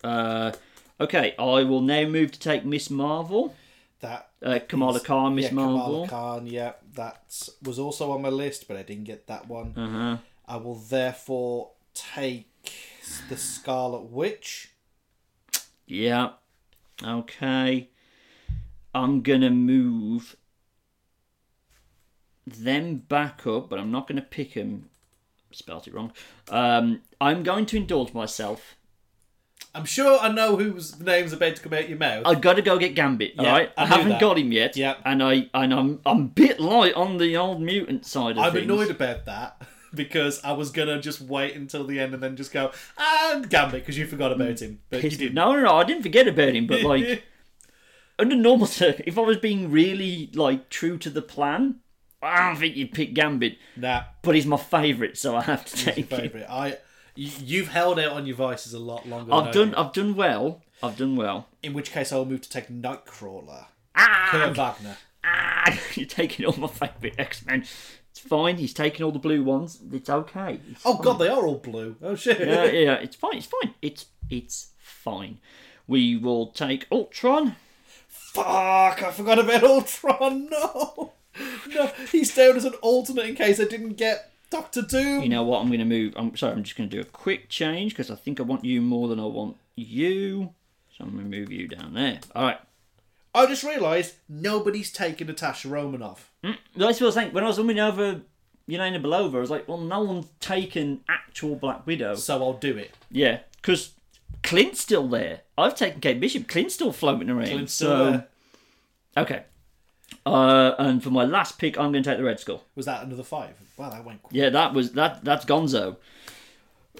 B: Uh, okay, I will now move to take Miss Marvel.
C: That
B: Uh, Kamala
C: is-
B: Khan, Miss
C: yeah,
B: Marvel.
C: Kamala Khan, yeah, that was also on my list, but I didn't get that one.
B: Uh-huh.
C: I will therefore take the Scarlet Witch.
B: Yeah. Okay. I'm gonna move them back up, but I'm not gonna pick them. Spelt it wrong. Um, I'm going to indulge myself.
A: I'm sure I know whose name's about to come out your mouth.
B: I gotta go get Gambit. All
A: Yeah,
B: right,
A: I
B: I,
A: knew
B: haven't
A: that.
B: got him yet.
C: Yeah.
B: and I and I'm I'm a bit light on the old mutant side of
A: I'm
B: things.
A: annoyed about that because I was gonna just wait until the end and then just go and Gambit because you forgot about him, but you
B: Pissed-
A: didn't.
B: No, no, no, I didn't forget about him, but like under normal circ, if I was being really like true to the plan, I don't think you'd pick Gambit.
C: Nah,
B: but he's my favourite, so I have to
C: your
B: take it.
C: favourite. I
A: You- You've held out on your vices a lot longer. than I
B: I've done.
A: did.
B: I've done well. I've done well.
C: in which case I'll move to take Nightcrawler.
B: Ah,
C: Kurt Wagner.
B: ah, you're taking all my favourite X Men. It's fine. He's taking all the blue ones. It's okay. It's
A: Oh god, they are all blue. Oh shit.
B: yeah, yeah. It's fine. It's fine. It's it's fine. We will take Ultron.
A: Fuck! I forgot about Ultron. No, no. He's down as an alternate in case I didn't get Doctor Doom.
B: You know what? I'm going to move. I'm sorry. I'm just going to do a quick change because I think I want you more than I want you. So I'm going to move you down there. All right.
A: I just realised nobody's taken Natasha Romanoff.
B: That's what I was saying. When I was looking over Yelena Belova, I was like, well, no one's taken actual Black Widow.
A: So I'll do it.
B: Yeah, because Clint's still there. I've taken Kate Bishop. Clint's still floating around.
A: Clint's
B: so
A: still there.
B: okay. Uh, and for my last pick, I'm going to take the Red Skull.
A: Was that another five? Wow, that went quick.
B: Yeah, that was that. That's Gonzo.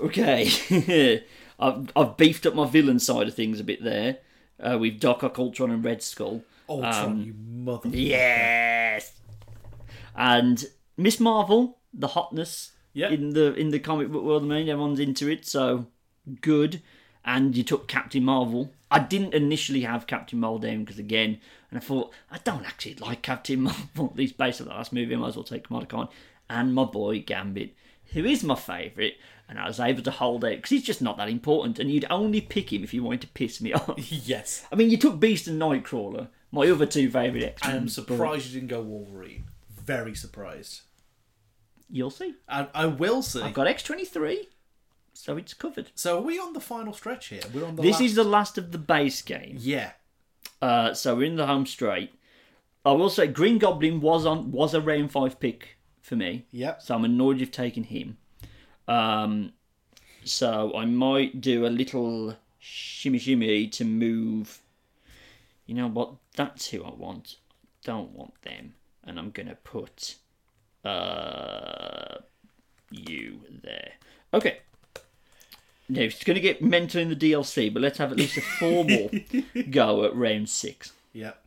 B: Okay, I've I've beefed up my villain side of things a bit there. Uh, with Doc Ock, Ultron, and Red Skull.
A: Ultron,
B: um,
A: you mother.
B: Yes. And Miss Marvel, the hotness
A: Yep.
B: in the in the comic book world, I mean, everyone's into it, so good. And you took Captain Marvel. I didn't initially have Captain Marvel down because again, and I thought I don't actually like Captain Marvel. At least based on the last movie, I might as well take Kamala Khan and my boy Gambit, who is my favourite. And I was able to hold out because he's just not that important, and you'd only pick him if you wanted to piss me off.
A: Yes.
B: I mean, you took Beast and Nightcrawler, my other two favourite X
A: I
B: Men.
A: am surprised you didn't go Wolverine. Very surprised.
B: You'll see.
A: I, I will see.
B: I've got X twenty three, so it's covered.
A: So are we on the final stretch here? We're on the
B: This
A: last-
B: is the last of the base game,
A: yeah.
B: uh, so we're in the home straight. I will say Green Goblin was on was a round five pick for me,
C: Yep.
B: so I'm annoyed you've taken him. Um, so I might do a little shimmy shimmy to move. You know what? That's who I want. Don't want them, and I'm gonna put uh, you there. Okay. No, it's going to get mental in the DLC, but let's have at least a formal go at round six.
A: Yep.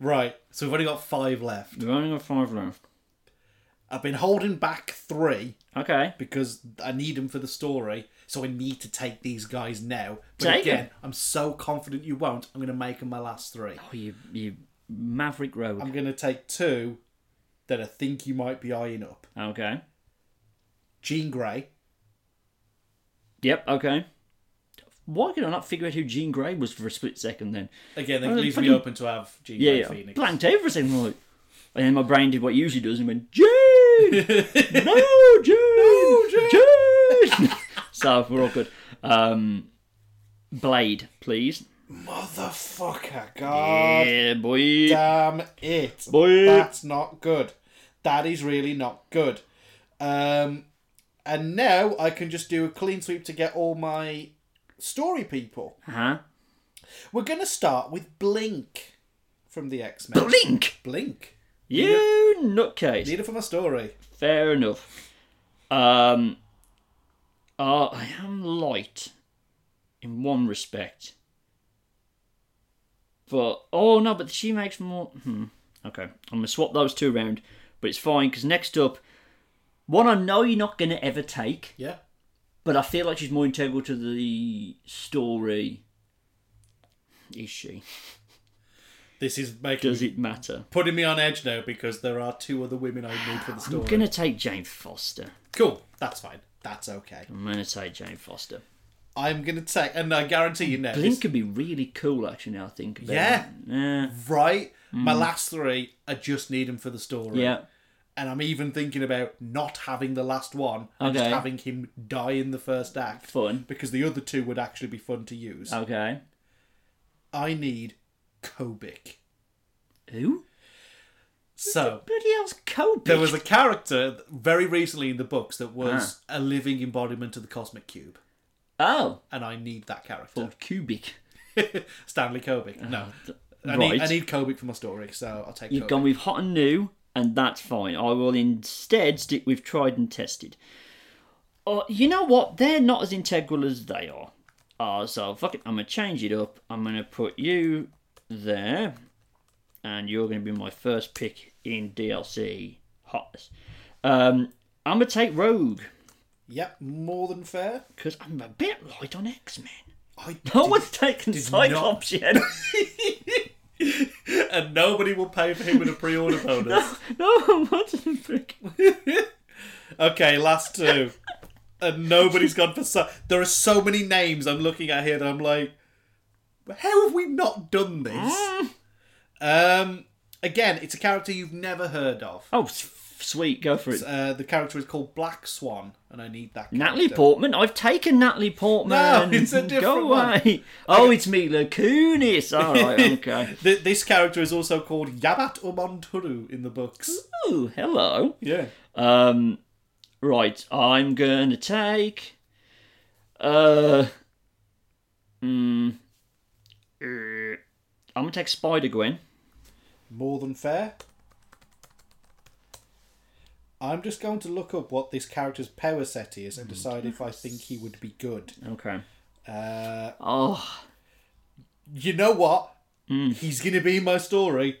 A: Right. So we've only got five left.
B: We've only got five left.
A: I've been holding back three
B: Okay.
A: because I need them for the story. So I need to take these guys now. But
B: Take 'em.
A: again, I'm so confident you won't. I'm going to make them my last three.
B: Oh, you, you maverick rogue.
A: I'm going to take two that I think you might be eyeing up.
B: Okay.
A: Jean Grey.
B: Yep, okay. Why could I not figure out who Jean Grey was for a split second then?
A: Again,
B: Oh,
A: that leaves me
B: fucking-
A: open to have Jean
B: Yeah,
A: Grey
B: yeah.
A: Phoenix.
B: Blanked out for a second, like. And then my brain did what it usually does and went, Jean! no, Jean! No, Jean! so, we're all good. Um, Blade, please.
C: Motherfucker, God
B: Yeah, boy.
C: damn it.
B: Boy.
C: That's not good. That is really not good. Um, and now I can just do a clean sweep to get all my story people.
B: Huh?
C: We're going to start with Blink from the X Men.
B: Blink!
C: Blink.
B: You nutcase.
C: Need it for my story.
B: Fair enough. Um, uh, I am light in one respect, but oh no, but she makes more. Hmm. Okay, I'm gonna swap those two around, but it's fine because next up, one I know you're not gonna ever take,
A: Yeah.
B: but I feel like she's more integral to the story. Is she?
A: This is making
B: Does it matter?
A: putting me on edge now because there are two other women I need for the story.
B: I'm gonna take Jane Foster.
A: Cool.
C: That's fine. That's okay.
B: I'm gonna take Jane Foster.
A: I'm going to take, and I guarantee you now.
B: Blink could be really cool, actually. Now I think about
A: Yeah.
B: it. Yeah,
A: Right? My last three, I just need them for the story.
B: Mm. yeah.
A: And I'm even thinking about not having the last one and
B: Okay.
A: just having him die in the first act.
B: Fun. Uh,
A: Because the other two would actually be fun to use.
B: Okay.
A: I need Kobik.
B: Who?
A: So,
B: Bloody hell's Kobe?
A: there was a character very recently in the books that was a
B: Ah.
A: living embodiment of the Cosmic Cube.
B: oh,
A: And I need that character.
B: well, cubic.
A: Stanley Kobik. No. I,
B: Ah, right.
A: need, I need Kobik for my story, so I'll take
B: You've
A: Kobik.
B: gone with hot and new, and that's fine. I will instead stick with tried and tested. Uh, you know what? They're not as integral as they are. Uh, so fuck it. I'm gonna change it up. I'm gonna put you there, and you're gonna be my first pick in DLC hotness. Um, I'm gonna take Rogue.
C: Yep, more than fair.
B: Because I'm a bit light on X Men.
A: I
B: No one's taken Cyclops yet.
A: and nobody will pay for him in a pre-order bonus.
B: no one wants him. prick.
A: Okay, last two. And nobody's gone for so. There are so many names I'm looking at here that I'm like, how have we not done this?
B: Mm.
A: Um, again, it's a character you've never heard of.
B: Oh, s- sweet, go for it.
A: Uh, the character is called Black Swan, and I need that.
B: Natalie
A: character.
B: Portman. I've taken Natalie
A: No,
B: Portman.
A: it's a different
B: Go away. Oh, it's Mila Kunis. All right, okay.
A: Th- this character is also called Yabat Umonturu in the books.
B: Oh, hello.
A: Yeah.
B: Um, right, I'm gonna take. Uh, mm, uh, I'm gonna take Spider Gwen.
C: More than fair. I'm just going to look up what this character's power set is and decide if I think he would be good.
B: Okay.
C: Uh,
B: Oh,
A: you know what? He's going to be in my story,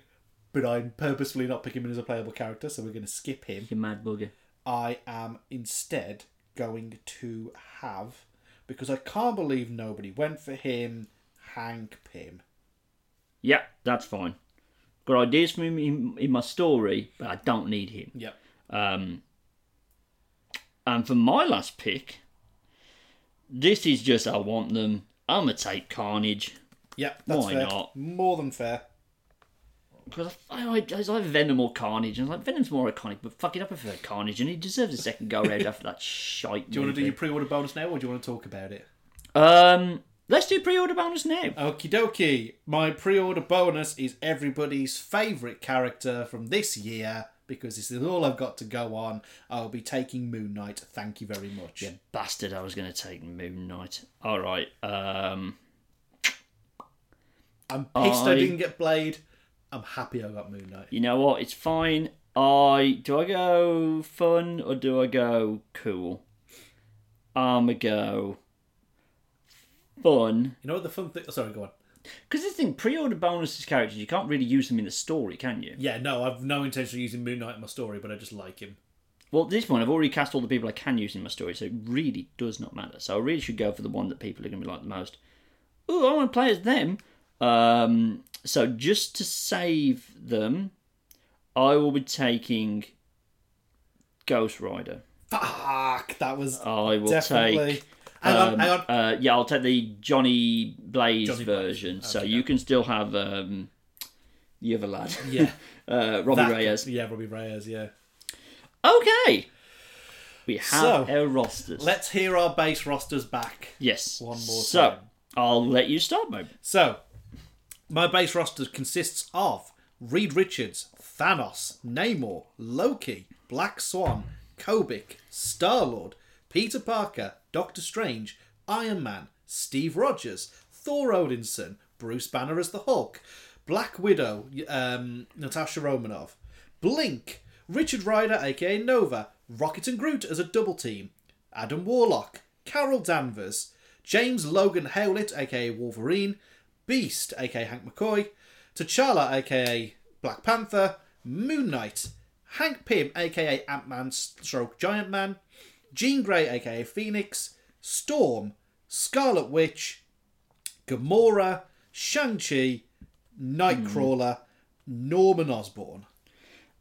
A: but I'm purposefully not picking him as a playable character, so we're going to skip him.
B: you mad bugger.
C: I am instead going to have, because I can't believe nobody went for him, Hank Pym.
B: Yeah, that's fine. Got ideas for him in, in my story, but I don't need him.
A: Yep.
B: Um, and for my last pick, this is just I want them. I'm gonna take Carnage.
A: Yep.
C: That's
B: Why
C: fair.
B: not?
C: More than fair.
B: Because I, I, I was either Venom or Carnage, and I was like, Venom's more iconic, but fuck it, I prefer Carnage, and he deserves a second go round after that shite.
A: Do you want to do your pre-order bonus now, or do you want to talk about it?
B: Um, let's do pre-order bonus now.
A: Okie dokie. My pre-order bonus is everybody's favourite character from this year because this is all I've got to go on. I'll be taking Moon Knight. Thank you very much.
B: You bastard! I was going to take Moon Knight. All right. Um,
A: I'm pissed I...
B: I-
A: didn't get Blade. I'm happy I got Moon Knight.
B: you know what? It's fine. I do I go fun or do I go cool? I'm a go fun.
A: You know what the fun thing? Sorry, go on.
B: Because this thing, pre-order bonuses characters, you can't really use them in the story, can you?
A: Yeah, no, I've no intention of using Moon Knight in my story, but I just like him.
B: Well, at this point, I've already cast all the people I can use in my story, so it really does not matter. So I really should go for the one that people are going to be like the most. Ooh, I want to play as them. Um, so just to save them, I will be taking Ghost Rider.
C: Fuck, that was
B: I will
C: definitely.
B: take.
A: Hang on,
B: Oh, um,
A: hang on.
B: Uh, yeah, I'll take the Johnny Blaze
A: Johnny Blaze.
B: version. So you can still have um, the other lad.
A: Yeah.
B: uh, Robbie
A: That-
B: Reyes.
A: Yeah, Robbie Reyes, yeah.
B: Okay. We have
A: So,
B: our rosters.
A: Let's hear our base rosters back.
B: yes.
A: One more
B: So
A: time.
B: I'll let you start, mate.
A: So, my base roster consists of Reed Richards, Thanos, Namor, Loki, Black Swan, Kobik, Star Lord, Peter Parker, Doctor Strange, Iron Man, Steve Rogers, Thor Odinson, Bruce Banner as the Hulk, Black Widow, um, Natasha Romanoff, Blink, Richard Ryder, aka Nova, Rocket and Groot as a double team, Adam Warlock, Carol Danvers, James Logan Howlett, aka Wolverine, Beast, aka Hank McCoy, T'Challa, aka Black Panther, Moon Knight, Hank Pym, aka Ant Man stroke Giant Man, Jean Grey, aka Phoenix, Storm, Scarlet Witch, Gamora, Shang-Chi, Nightcrawler, Norman Osborn,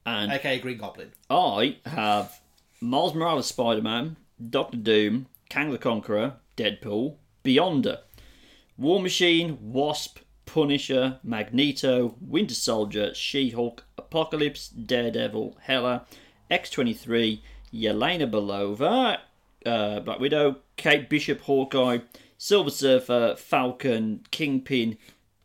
B: And
A: aka Green Goblin.
B: I have Miles Morales, Spider Man, Doctor Doom, Kang the Conqueror, Deadpool, Beyonder, War Machine, Wasp, Punisher, Magneto, Winter Soldier, She Hulk, Apocalypse, Daredevil, Hela, X23, Yelena Belova, uh, Black Widow, Kate Bishop, Hawkeye, Silver Surfer, Falcon, Kingpin,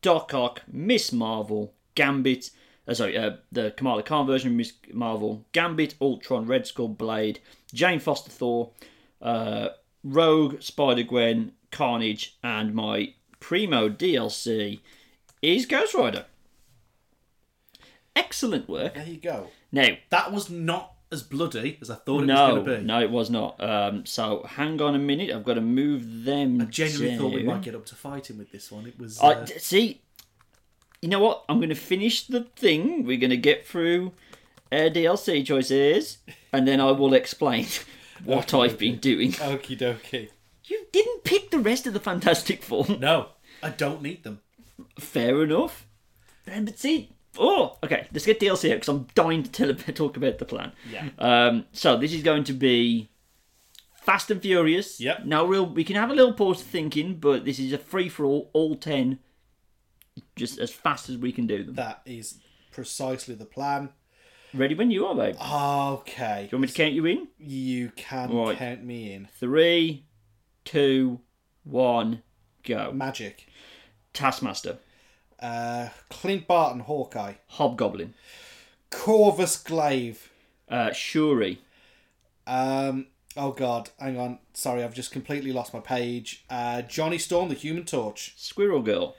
B: Doc Ock, Miss Marvel, Gambit, uh, sorry, uh, the Kamala Khan version of Miss Marvel, Gambit, Ultron, Red Skull, Blade, Jane Foster, Thor, uh, Rogue, Spider Gwen, Carnage, and my primo DLC is Ghost Rider. Excellent work.
A: There you go.
B: Now,
A: That was not as bloody as I thought it was
B: no,
A: going to be.
B: no, it was not. Um, so hang on a minute. I've got to move them.
A: I genuinely thought we
B: down.
A: might get up to fighting with this one. It was.
B: I
A: uh,
B: d- see. You know what? I'm going to finish the thing. We're going to get through uh, DLC choices, and then I will explain what I've been doing.
C: Okie dokie.
B: You didn't pick the rest of the Fantastic Four.
A: No, I don't need them.
B: Fair enough. Then, But see, oh, okay. Let's get DLC because I'm dying to tell, talk about the plan.
A: Yeah.
B: Um, so this is going to be Fast and Furious.
A: Yep.
B: No real. We can have a little pause for thinking, but this is a free for all, all ten, just as fast as we can do them.
C: That is precisely the plan.
B: Ready when you are, babe.
C: Okay.
B: Do you want me to count you in?
C: You can
B: Right.
C: count me in.
B: Three, two, one, go.
C: Magic.
B: Taskmaster,
C: Uh, Clint Barton, Hawkeye.
B: Hobgoblin,
C: Corvus Glaive.
B: uh, Shuri,
C: Um, oh god, hang on. Sorry, I've just completely lost my page. Uh, Johnny Storm, the Human Torch.
B: Squirrel Girl,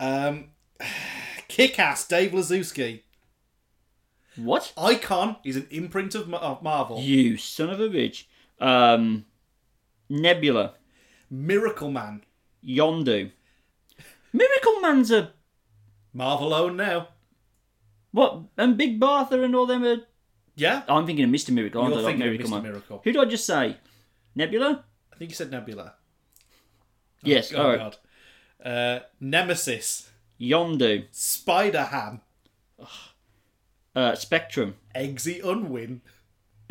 C: Um, Kick Ass, Dave Lazowski.
B: what?
A: Icon is an imprint of, Ma- of Marvel.
B: You son of a bitch. Um, Nebula,
A: Miracle Man.
B: Yondu. Miracle Man's a
A: Marvel owned now.
B: what? And Big Bartha and all them are.
A: Yeah?
B: Oh, I'm thinking of Mister Miracle. aren't
A: You're
B: I? Not
A: thinking of
B: Miracle
A: Mr.
B: Man.
A: Miracle. Oh,
B: Who did I just say? Nebula.
A: I think you said Nebula.
B: yes.
A: Oh,
B: all right.
A: God. Uh, Nemesis.
B: Yondu.
A: Spider Ham.
B: Uh, Spectrum.
A: Eggsy Unwin.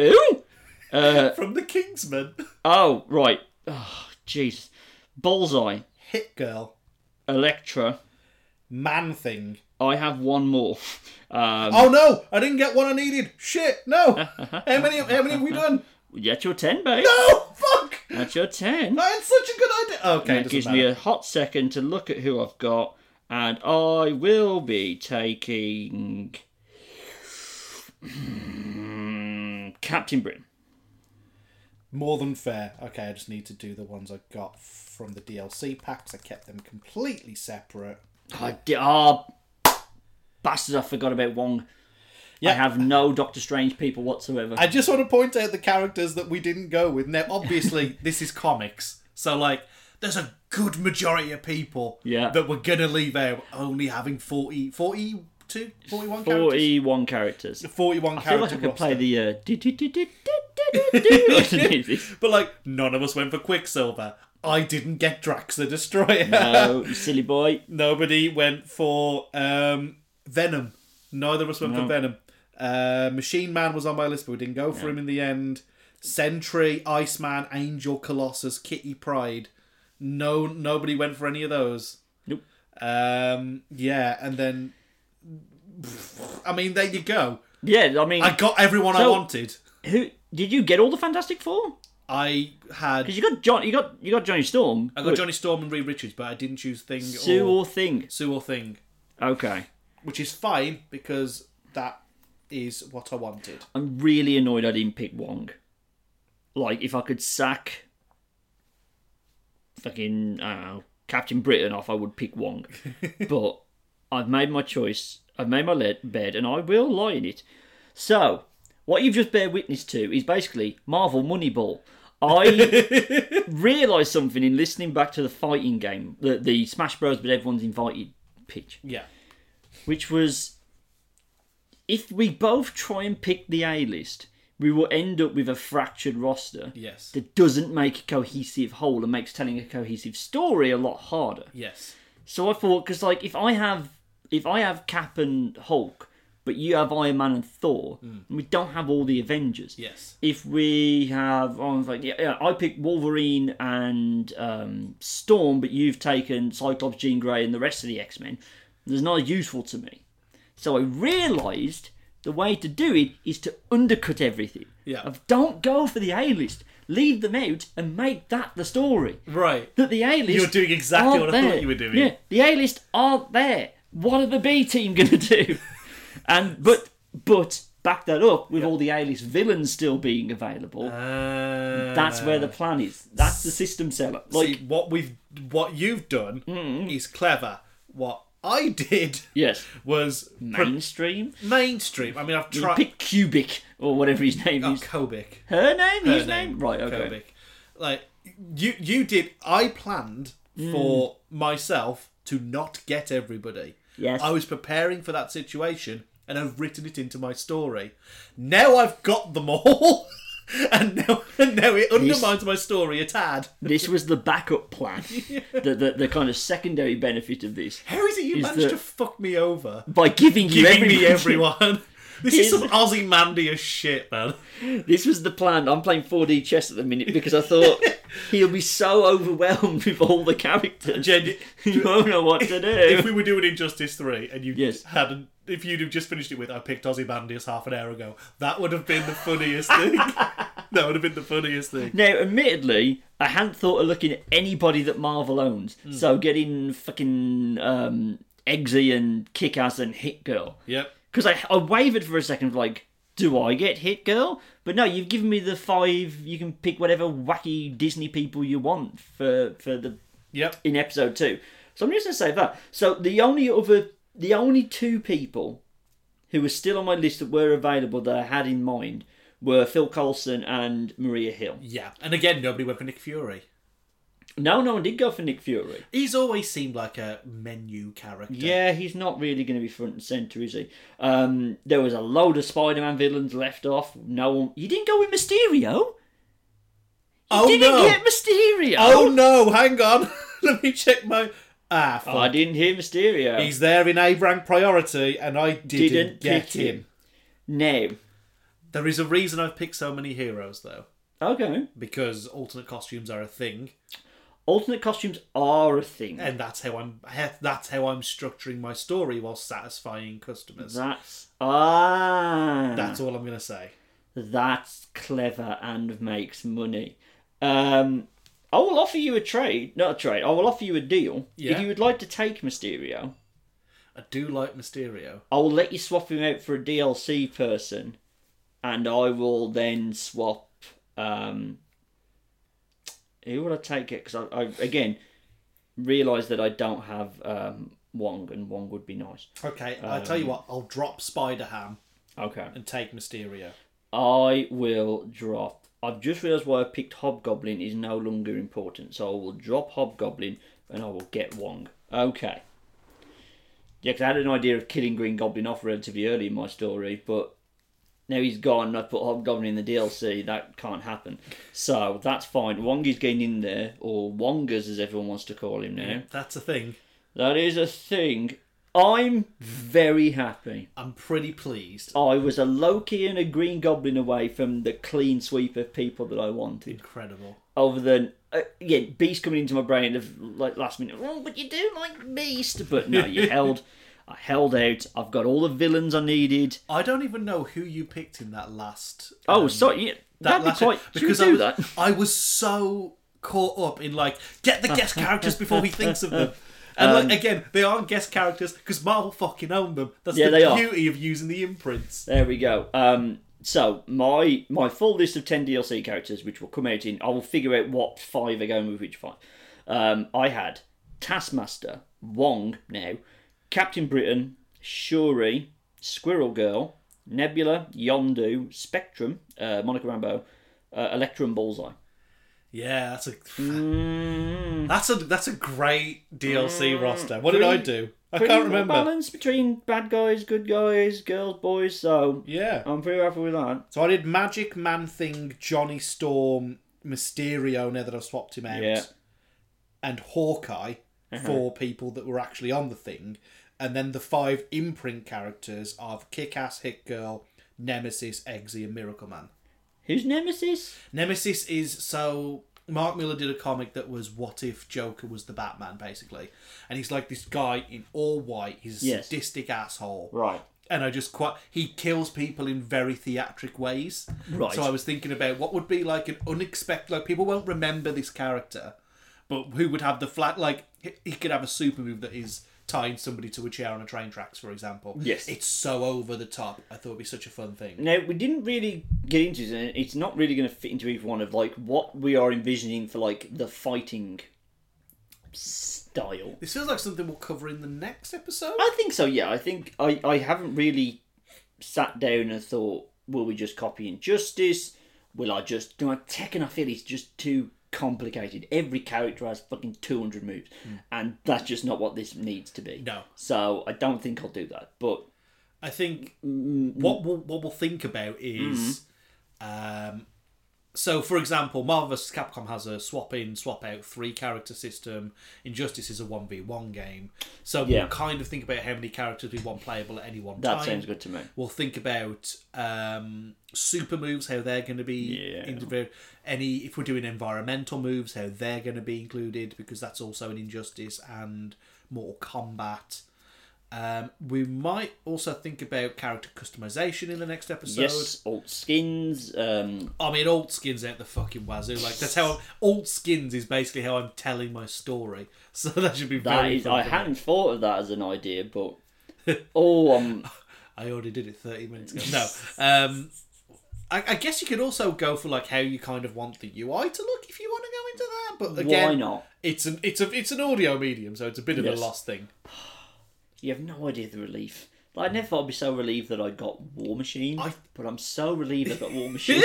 B: Ooh. Uh,
A: From the Kingsman.
B: Oh, right. Oh, jeez. Bullseye,
A: Hit Girl.
B: Electra,
C: Man Thing.
B: I have one more. Um,
A: Oh no! I didn't get one I needed. Shit! No. how many? How many have we done?
B: That's your ten, babe.
A: Oh. No! Fuck!
B: That's your ten.
A: I had such a good idea. Okay,
B: that
A: doesn't
B: gives
A: matter.
B: me a hot second to look at who I've got, and I will be taking Captain Britain.
C: More than fair. Okay, I just need to do the ones I got from the DLC packs. I kept them completely separate.
B: I did. Ah, bastards! I forgot about Wong. I
C: Yeah.
B: have no Doctor Strange people whatsoever.
C: I just
A: just want to point out the characters that we didn't go with. Now, obviously, this is comics, so like, there's a good majority of people
B: Yeah.
A: that we're gonna leave out. Only having 40, 42, 41 characters,
B: Forty-one characters.
A: 41
B: I feel like
A: character
B: I could
A: roster.
B: play the uh, do, do, do, do, do, do, do, do underneath this.
A: But like, none of us went for Quicksilver. I didn't get Drax the Destroyer.
B: Oh, you silly boy!
A: Nobody went for um, Venom. Neither of us went
B: No.
A: for Venom. Uh, Machine Man was on my list, but we didn't go for him in the end. Sentry, Iceman, Angel, Colossus, Kitty Pride. No, nobody went for any of those.
B: Nope.
A: Um, yeah, and then, I mean, there you go.
B: Yeah, I mean,
A: I got everyone I
B: So-
A: wanted.
B: who did you get all the Fantastic Four?
A: I had
B: Because you got John, you got you got Johnny Storm.
A: I got Johnny Storm and Reed Richards, but I didn't choose Thing
B: Sue
A: or
B: or Thing.
A: Sue or Thing,
B: Okay.
A: which is fine because that is what I wanted.
B: I'm really annoyed I didn't pick Wong. Like, if I could sack fucking I don't know, Captain Britain off, I would pick Wong. but I've made my choice. I've made my le- bed, and I will lie in it. So, what you've just bear witness to is basically Marvel Moneyball. I realised something in listening back to the fighting game, the, the Smash Bros. But everyone's invited pitch
A: Yeah.
B: which was if we both try and pick the A list, we will end up with a fractured roster
A: Yes.
B: that doesn't make a cohesive whole and makes telling a cohesive story a lot harder.
A: Yes.
B: So I thought, because like if I have if I have Cap and Hulk, but you have Iron Man and Thor, and we don't have all the Avengers.
A: Yes.
B: If we have, oh, I'm like, yeah, yeah, I picked Wolverine and um, Storm, but you've taken Cyclops, Jean Grey, and the rest of the X Men. There's not useful to me. So I realised the way to do it is to undercut everything.
A: Yeah.
B: Of don't go for the A list, leave them out, and make that the story
A: Right.
B: that the A list
A: You were doing exactly
B: aren't
A: what I thought
B: there.
A: you were doing.
B: Yeah, the A list aren't there. What are the B team going to do? and but but back that up with all the A list villains still being available. that's where the plan is. That's the system seller. Like
A: Uh, See, what we've what you've done
B: Hmm.
A: is clever. What I did
B: yes,
A: was pro-
B: mainstream.
A: mainstream. I mean, I've
B: You
A: tried
B: pick Cubic or whatever his name
A: oh,
B: is.
A: Kobik.
B: Her name,
A: Her
B: his name? right? Okay.
A: Kobik. Like you, you did. I planned
B: Mm.
A: for myself to not get everybody.
B: Yes.
A: I was preparing for that situation, and I've written it into my story. Now I've got them all. And now, and now it undermines my story a tad.
B: This was the backup plan. the, the the kind of secondary benefit of this
A: How is it you
B: Is
A: managed
B: that-
A: to fuck me over?
B: by giving you
A: giving me
B: everybody-
A: everyone. This is some Ozymandias shit, man.
B: This was the plan. I'm playing 4D chess at the minute because I thought he'll be so overwhelmed with all the characters.
A: Jen,
B: you won't know what to
A: if
B: do.
A: we were doing Injustice 3 and you
B: Yes.
A: hadn't, if you'd have just finished it with I picked Ozymandias half an hour ago, that would have been the funniest thing. that would have been the funniest thing.
B: Now, admittedly, I hadn't thought of looking at anybody that Marvel owns.
A: Hmm.
B: So getting fucking um, Eggsy and Kick Ass and Hit Girl.
A: Yep.
B: Because I, I wavered for a second, like, do I get Hit Girl? But no, you've given me the five. You can pick whatever wacky Disney people you want for, for the
A: Yep.
B: in episode two. So I'm just gonna say that. So the only other, the only two people who were still on my list that were available that I had in mind were Phil Coulson and Maria Hill.
A: Yeah. And again, nobody went for Nick Fury.
B: No, no one did go for Nick Fury.
A: He's always seemed like a menu character.
B: Yeah, he's not really going to be front and centre, is he? Um, there was a load of Spider-Man villains left off. No one. You didn't go with Mysterio.
A: Oh
B: didn't
A: no.
B: get Mysterio.
A: oh no, hang on. Let me check my. Ah, fuck.
B: I didn't hear Mysterio.
A: He's there in A rank priority, and I didn't,
B: Didn't
A: get
B: pick him.
A: him.
B: No.
A: There is a reason I've picked so many heroes, though.
B: Okay.
A: because alternate costumes are a thing.
B: alternate costumes are a thing.
D: and that's how I'm that's how I'm structuring my story while satisfying customers.
B: That's ah,
D: That's all I'm gonna say.
B: that's clever and makes money. Um, I will offer you a trade, not a trade. I will offer you a deal.
D: Yeah.
B: If you would like to take Mysterio,
D: I do like Mysterio.
B: I will let you swap him out for a DLC person, and I will then swap. Um, who would I take it? Because I, I again realize that I don't have um, Wong, and Wong would be nice.
D: Okay, I tell
B: Um,
D: you what, I'll drop Spider Ham
B: Okay.
D: and take Mysterio.
B: I will drop. I've just realised why I picked Hobgoblin is no longer important, so I will drop Hobgoblin and I will get Wong. Okay. Yeah, 'cause I had an idea of killing Green Goblin off relatively early in my story, but now he's gone. and I've put Hobgoblin in the DLC. That can't happen. So that's fine. Wong is getting in there, or Wongas as everyone wants to call him now.
D: That's a thing.
B: That is a thing. I'm very happy.
D: I'm pretty pleased.
B: I was a Loki and a Green Goblin away from the clean sweep of people that I wanted.
D: Incredible.
B: Other than uh, yeah, Beast coming into my brain of like last minute. Oh, but you do like Beast, but no, you held. I held out. I've got all the villains I needed.
D: I don't even know who you picked in that last.
B: Oh,
D: um,
B: sorry. Yeah, that'd be
D: last-
B: quite. Because
D: I
B: do
D: was,
B: that.
D: I was so caught up in like get the guest characters before he thinks of them. And
B: Um,
D: like again, they aren't guest characters because Marvel fucking own them. That's
B: Yeah,
D: the
B: they are.
D: beauty of using the imprints.
B: There we go. Um, so my my full list of ten DLC characters, which will come out in, I will figure out what five are going with which five. Um, I had Taskmaster, Wong, now Captain Britain, Shuri, Squirrel Girl, Nebula, Yondu, Spectrum, uh, Monica Rambeau, uh, Electra, and Bullseye.
D: Yeah, that's a
B: Mm.
D: that's a that's a great DLC roster. What did I do? I
B: Pretty
D: can't
B: well
D: remember.
B: Balance between bad guys, good guys, girls, boys. So
D: Yeah.
B: I'm pretty happy with that.
A: So I did Magic Man Thing, Johnny Storm, Mysterio. Now that I've swapped him out,
B: Yeah. Uh-huh.
A: and Hawkeye for people that were actually on the thing, and then the five imprint characters of Kick-Ass, Hit Girl, Nemesis, Eggsy, and Miracle Man.
B: Who's Nemesis?
A: Nemesis is so Mark Miller did a comic that was what if Joker was the Batman basically, and he's like this guy in all white. He's a
B: Yes.
A: sadistic asshole,
B: Right.
A: and I just quite he kills people in very theatric ways.
B: Right.
A: So I was thinking about what would be like an unexpected like people won't remember this character, but who would have the flat like he- he could have a super move that is tying somebody to a chair on a train tracks, for example.
B: Yes.
A: It's so over the top. I thought it'd be such a fun thing.
B: Now we didn't really get into it, and it's not really going to fit into either one of like what we are envisioning for like the fighting style.
A: This feels like something we'll cover in the next episode.
B: I think so. Yeah, I think I I haven't really sat down and thought, will we just copy Injustice? Will I just do I tech and I feel it's just too complicated. Every character has fucking two hundred moves, and that's just not what this needs to be.
A: Hmm. No.
B: So I don't think I'll do that. But
A: I think
B: Mm,
A: what we'll, what we'll think about is,
B: Mm.
A: um, so for example, Marvel vs. Capcom has a swap in, swap out three character system. Injustice is a one v one game, so
B: Yeah.
A: we'll kind of think about how many characters we want playable at any one
B: that
A: time.
B: sounds good to me.
A: We'll think about um, super moves, how they're going to be
B: Yeah.
A: indiv- any if we're doing environmental moves, how they're going to be included because that's also an injustice and Mortal Kombat. Um, we might also think about character customization in the next episode.
B: yes, alt skins. Um,
A: I mean, alt skins out the fucking wazoo. Like that's how alt skins is basically how I'm telling my story. So that should be
B: That
A: very.
B: is,
A: fun
B: I
A: for me.
B: hadn't thought of that as an idea, but oh, um,
A: I already did it 30 minutes ago. No. Um, I, I guess you could also go for like how you kind of want the UI to look if you want to go into that. But again,
B: why not?
A: it's an it's a it's an audio medium, so it's a bit of
B: Yes.
A: a lost thing.
B: You have no idea the relief. Like, I never thought I'd be so relieved that I got War Machine,
A: I-
B: but I'm so relieved I got War Machine.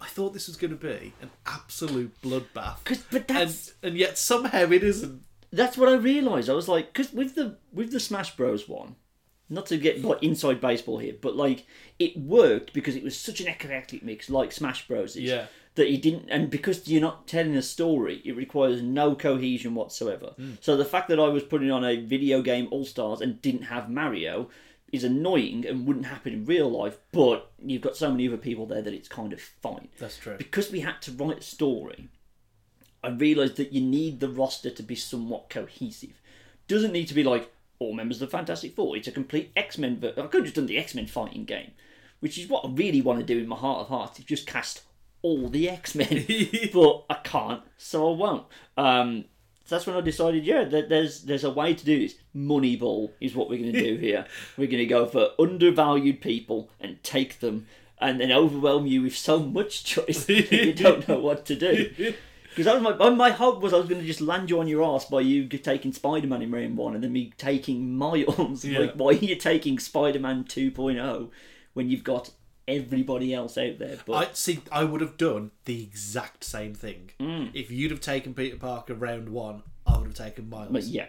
A: I thought this was going to be an absolute bloodbath,
B: 'Cause- but
A: and
B: that's
A: and yet somehow it isn't.
B: that's what I realised. I was like, because with the with the Smash Bros one, not to get like inside baseball here, but like it worked because it was such an eclectic mix, like Smash Bros. is,
A: Yeah.
B: That you didn't, and because you're not telling a story, it requires no cohesion whatsoever.
A: Hmm.
B: So the fact that I was putting on a video game All Stars and didn't have Mario is annoying and wouldn't happen in real life. But you've got so many other people there that it's kind of fine
A: That's true.
B: because we had to write a story, I realised that you need the roster to be somewhat cohesive. Doesn't need to be like all members of the Fantastic Four. It's a complete X Men. Ver- I could have just done the X Men fighting game, which is what I really want to do in my heart of hearts. Is just cast all the X Men, but I can't, so I won't. Um, so that's when I decided, yeah, that there's there's a way to do this. Moneyball is what we're going to do here. we're going to go for undervalued people and take them, and then overwhelm you with so much choice that you don't know what to do. Because that was my my hope was I was going to just land you on your ass by you g- taking Spider Man in round one and then me taking Miles.
A: Yeah.
B: Like, why are you taking Spider Man 2.0 when you've got everybody else out there? But
A: I see. I would have done the exact same thing
B: Mm.
A: if you'd have taken Peter Parker round one. I would have taken Miles
B: but yeah,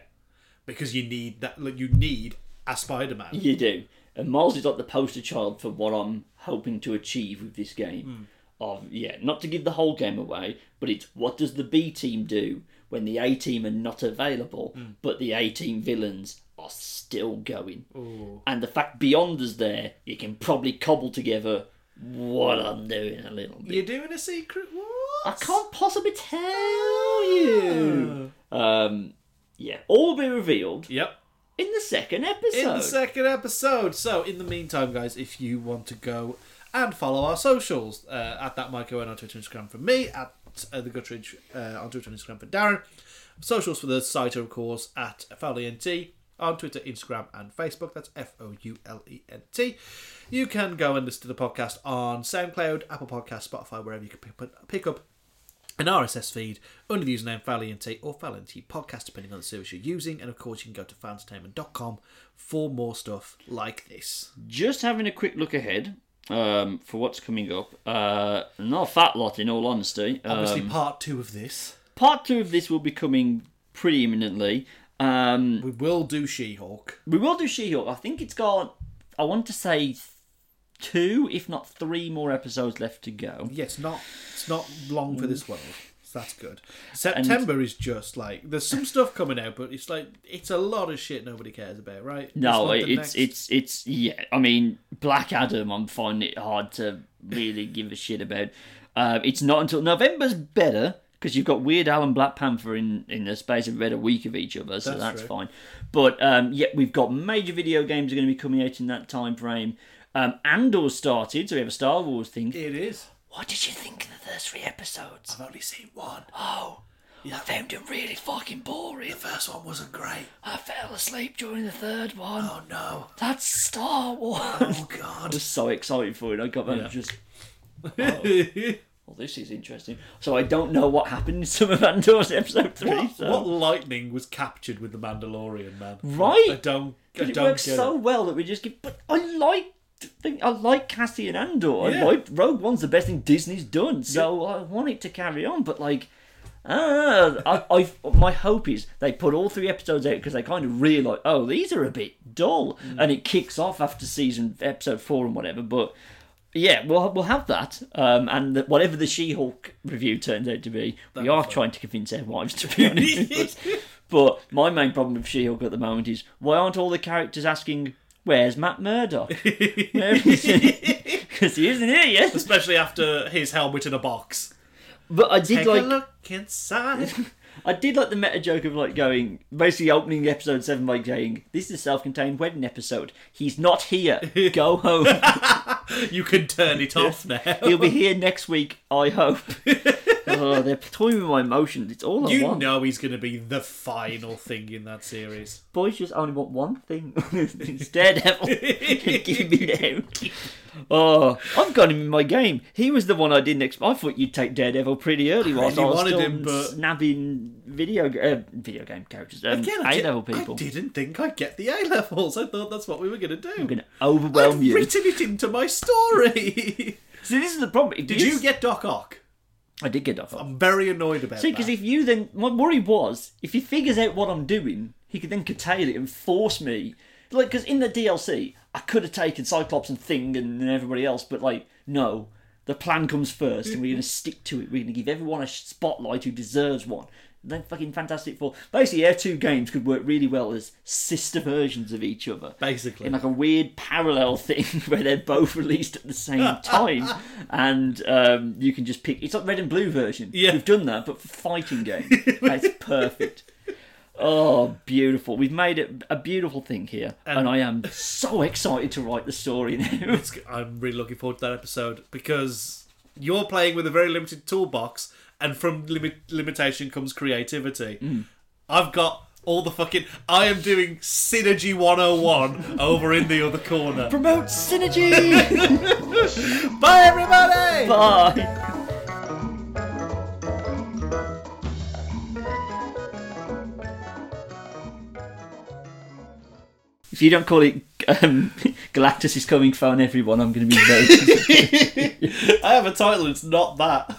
A: because you need that. Like, you need a Spider-Man.
B: you do. And Miles is like the poster child for what I'm hoping to achieve with this
A: Hmm.
B: game. Of yeah, not to give the whole game away, but it's what does the B team do when the A team are not available,
A: Hmm.
B: but the A team villains are still going. And the fact Beyonder's there, you can probably cobble together what I'm doing a little bit.
A: You're doing a secret
B: I
A: what?
B: can't possibly tell you.
A: Ah.
B: Um, yeah, all be revealed
A: Yep.
B: in the second
A: in
B: episode.
A: the second episode. So, in the meantime, guys, if you want to go and follow our socials uh, at that Mike Owen on Twitter and Instagram for me, at uh, the Guttridge uh, on Twitter and Instagram for Darren. Socials for the site, are, of course, at FLENT on Twitter, Instagram, and Facebook. That's F O U L E N T. You can go and listen to the podcast on SoundCloud, Apple Podcasts, Spotify, wherever you can pick up- pick up an RSS feed under the username Valiente or Valiente Podcast, depending on the service you're using. And of course, you can go to fanstainment.com for more stuff like this.
B: just having a quick look ahead um, for what's coming up. Uh, not a fat lot, in all honesty.
A: Obviously,
B: Um,
A: part two of this,
B: part two of this will be coming pretty imminently. Um,
A: we will do She Hulk.
B: we will do She-Hulk. I think it's got, I want to say, two, if not three, more episodes left to go.
A: Yeah, it's not it's not long for this world. So that's good. September is just like there's some stuff coming out, but it's like it's a lot of shit nobody cares about, right?
B: No,
A: This month and
B: it's
A: next.
B: it's it's yeah. I mean, Black Adam. I'm finding it hard to really give a shit about. Uh, it's not until November's better because you've got Weird Al and Black Panther in in the space of about a week of each other, so
A: That's
B: that's,
A: true.
B: fine. But um, yeah, we've got major video games are going to be coming out in that time frame. Um, Andor started, so we have a Star Wars thing.
A: it is.
B: What did you think of the first three episodes?
A: I've only seen one.
B: Oh, I found them really fucking boring.
A: The first one wasn't great.
B: I fell asleep during the third one.
A: Oh no.
B: That's Star Wars.
A: Oh god.
B: was so excited for it. I got that and just,
A: Oh.
B: well, this is interesting. So I don't know what happened in some of Andor's episode three.
A: What,
B: so.
A: what lightning was captured with the Mandalorian man?
B: Right?
A: I don't. I
B: But it
A: don't
B: works
A: get
B: so
A: it.
B: well that we just give. But I like. Thing. I like Cassie and Andor.
A: Yeah.
B: I like Rogue One's the best thing Disney's done, so I want it to carry on. But like, ah, I, I my hope is they put all three episodes out because they kind of realise, oh, these are a bit dull,
A: Mm.
B: and it kicks off after season episode four and whatever. But yeah, we'll we'll have that, um, and the, whatever the She-Hulk review turns out to be, we are trying to convince our wives to be honest with us. But my main problem with She-Hulk at the moment is why aren't all the characters asking, "Where's Matt Murdock? Because he isn't here yet."
A: Especially after his helmet in a box.
B: But I did
A: Take
B: like
A: a look inside.
B: I did like the meta joke of like going basically opening episode seven by saying, "This is a self-contained wedding episode. He's not here. Go home."
A: you can turn it off now.
B: He'll be here next week, I hope. oh, they're toying with my emotions. It's all I
A: You
B: want.
A: know he's going to be the final thing in that series.
B: Boys just only want one thing. it's Daredevil. Give me them. Oh, I've got him in my game. He was the one I didn't expect. I thought you'd take Daredevil pretty early whilst I,
A: really
B: was
A: wanted
B: still
A: him, but-
B: nabbing video uh, video game characters, um,
A: Again, I,
B: A
A: di-
B: level
A: I
B: people.
A: didn't think I'd get the A levels. I thought that's what we were going to do.
B: I'm going to
A: I've
B: overwhelm you.
A: written it into my story.
B: See, this is the problem. If
A: Did you get Doc Ock?
B: I did get off. on.
A: I'm very annoyed about
B: See,
A: that.
B: because if you then, my worry was if he figures out what I'm doing, he could then curtail it and force me. Like, because in the DLC, I could have taken Cyclops and Thing and, and everybody else, but like, no, the plan comes first, and we're going to stick to it. We're going to give everyone a spotlight who deserves one. they're fucking Fantastic Four. Basically, their two games could work really well as sister versions of each other.
A: Basically.
B: In like a weird parallel thing where they're both released at the same time, and um, you can just pick. It's like red and blue version.
A: Yeah.
B: we've done that, but for fighting games, that's perfect. Oh, beautiful! We've made it a beautiful thing here, and, I am so excited to write the story now.
A: It's, I'm really looking forward to that episode because you're playing with a very limited toolbox, and from limit, limitation comes creativity. I've got all the fucking. I am doing Synergy 101 over in the other corner.
B: Promote synergy.
A: Bye, everybody!
B: Bye. If you don't call it um, Galactus is coming, phone everyone, I'm going to be very.
A: I have a title, it's not that.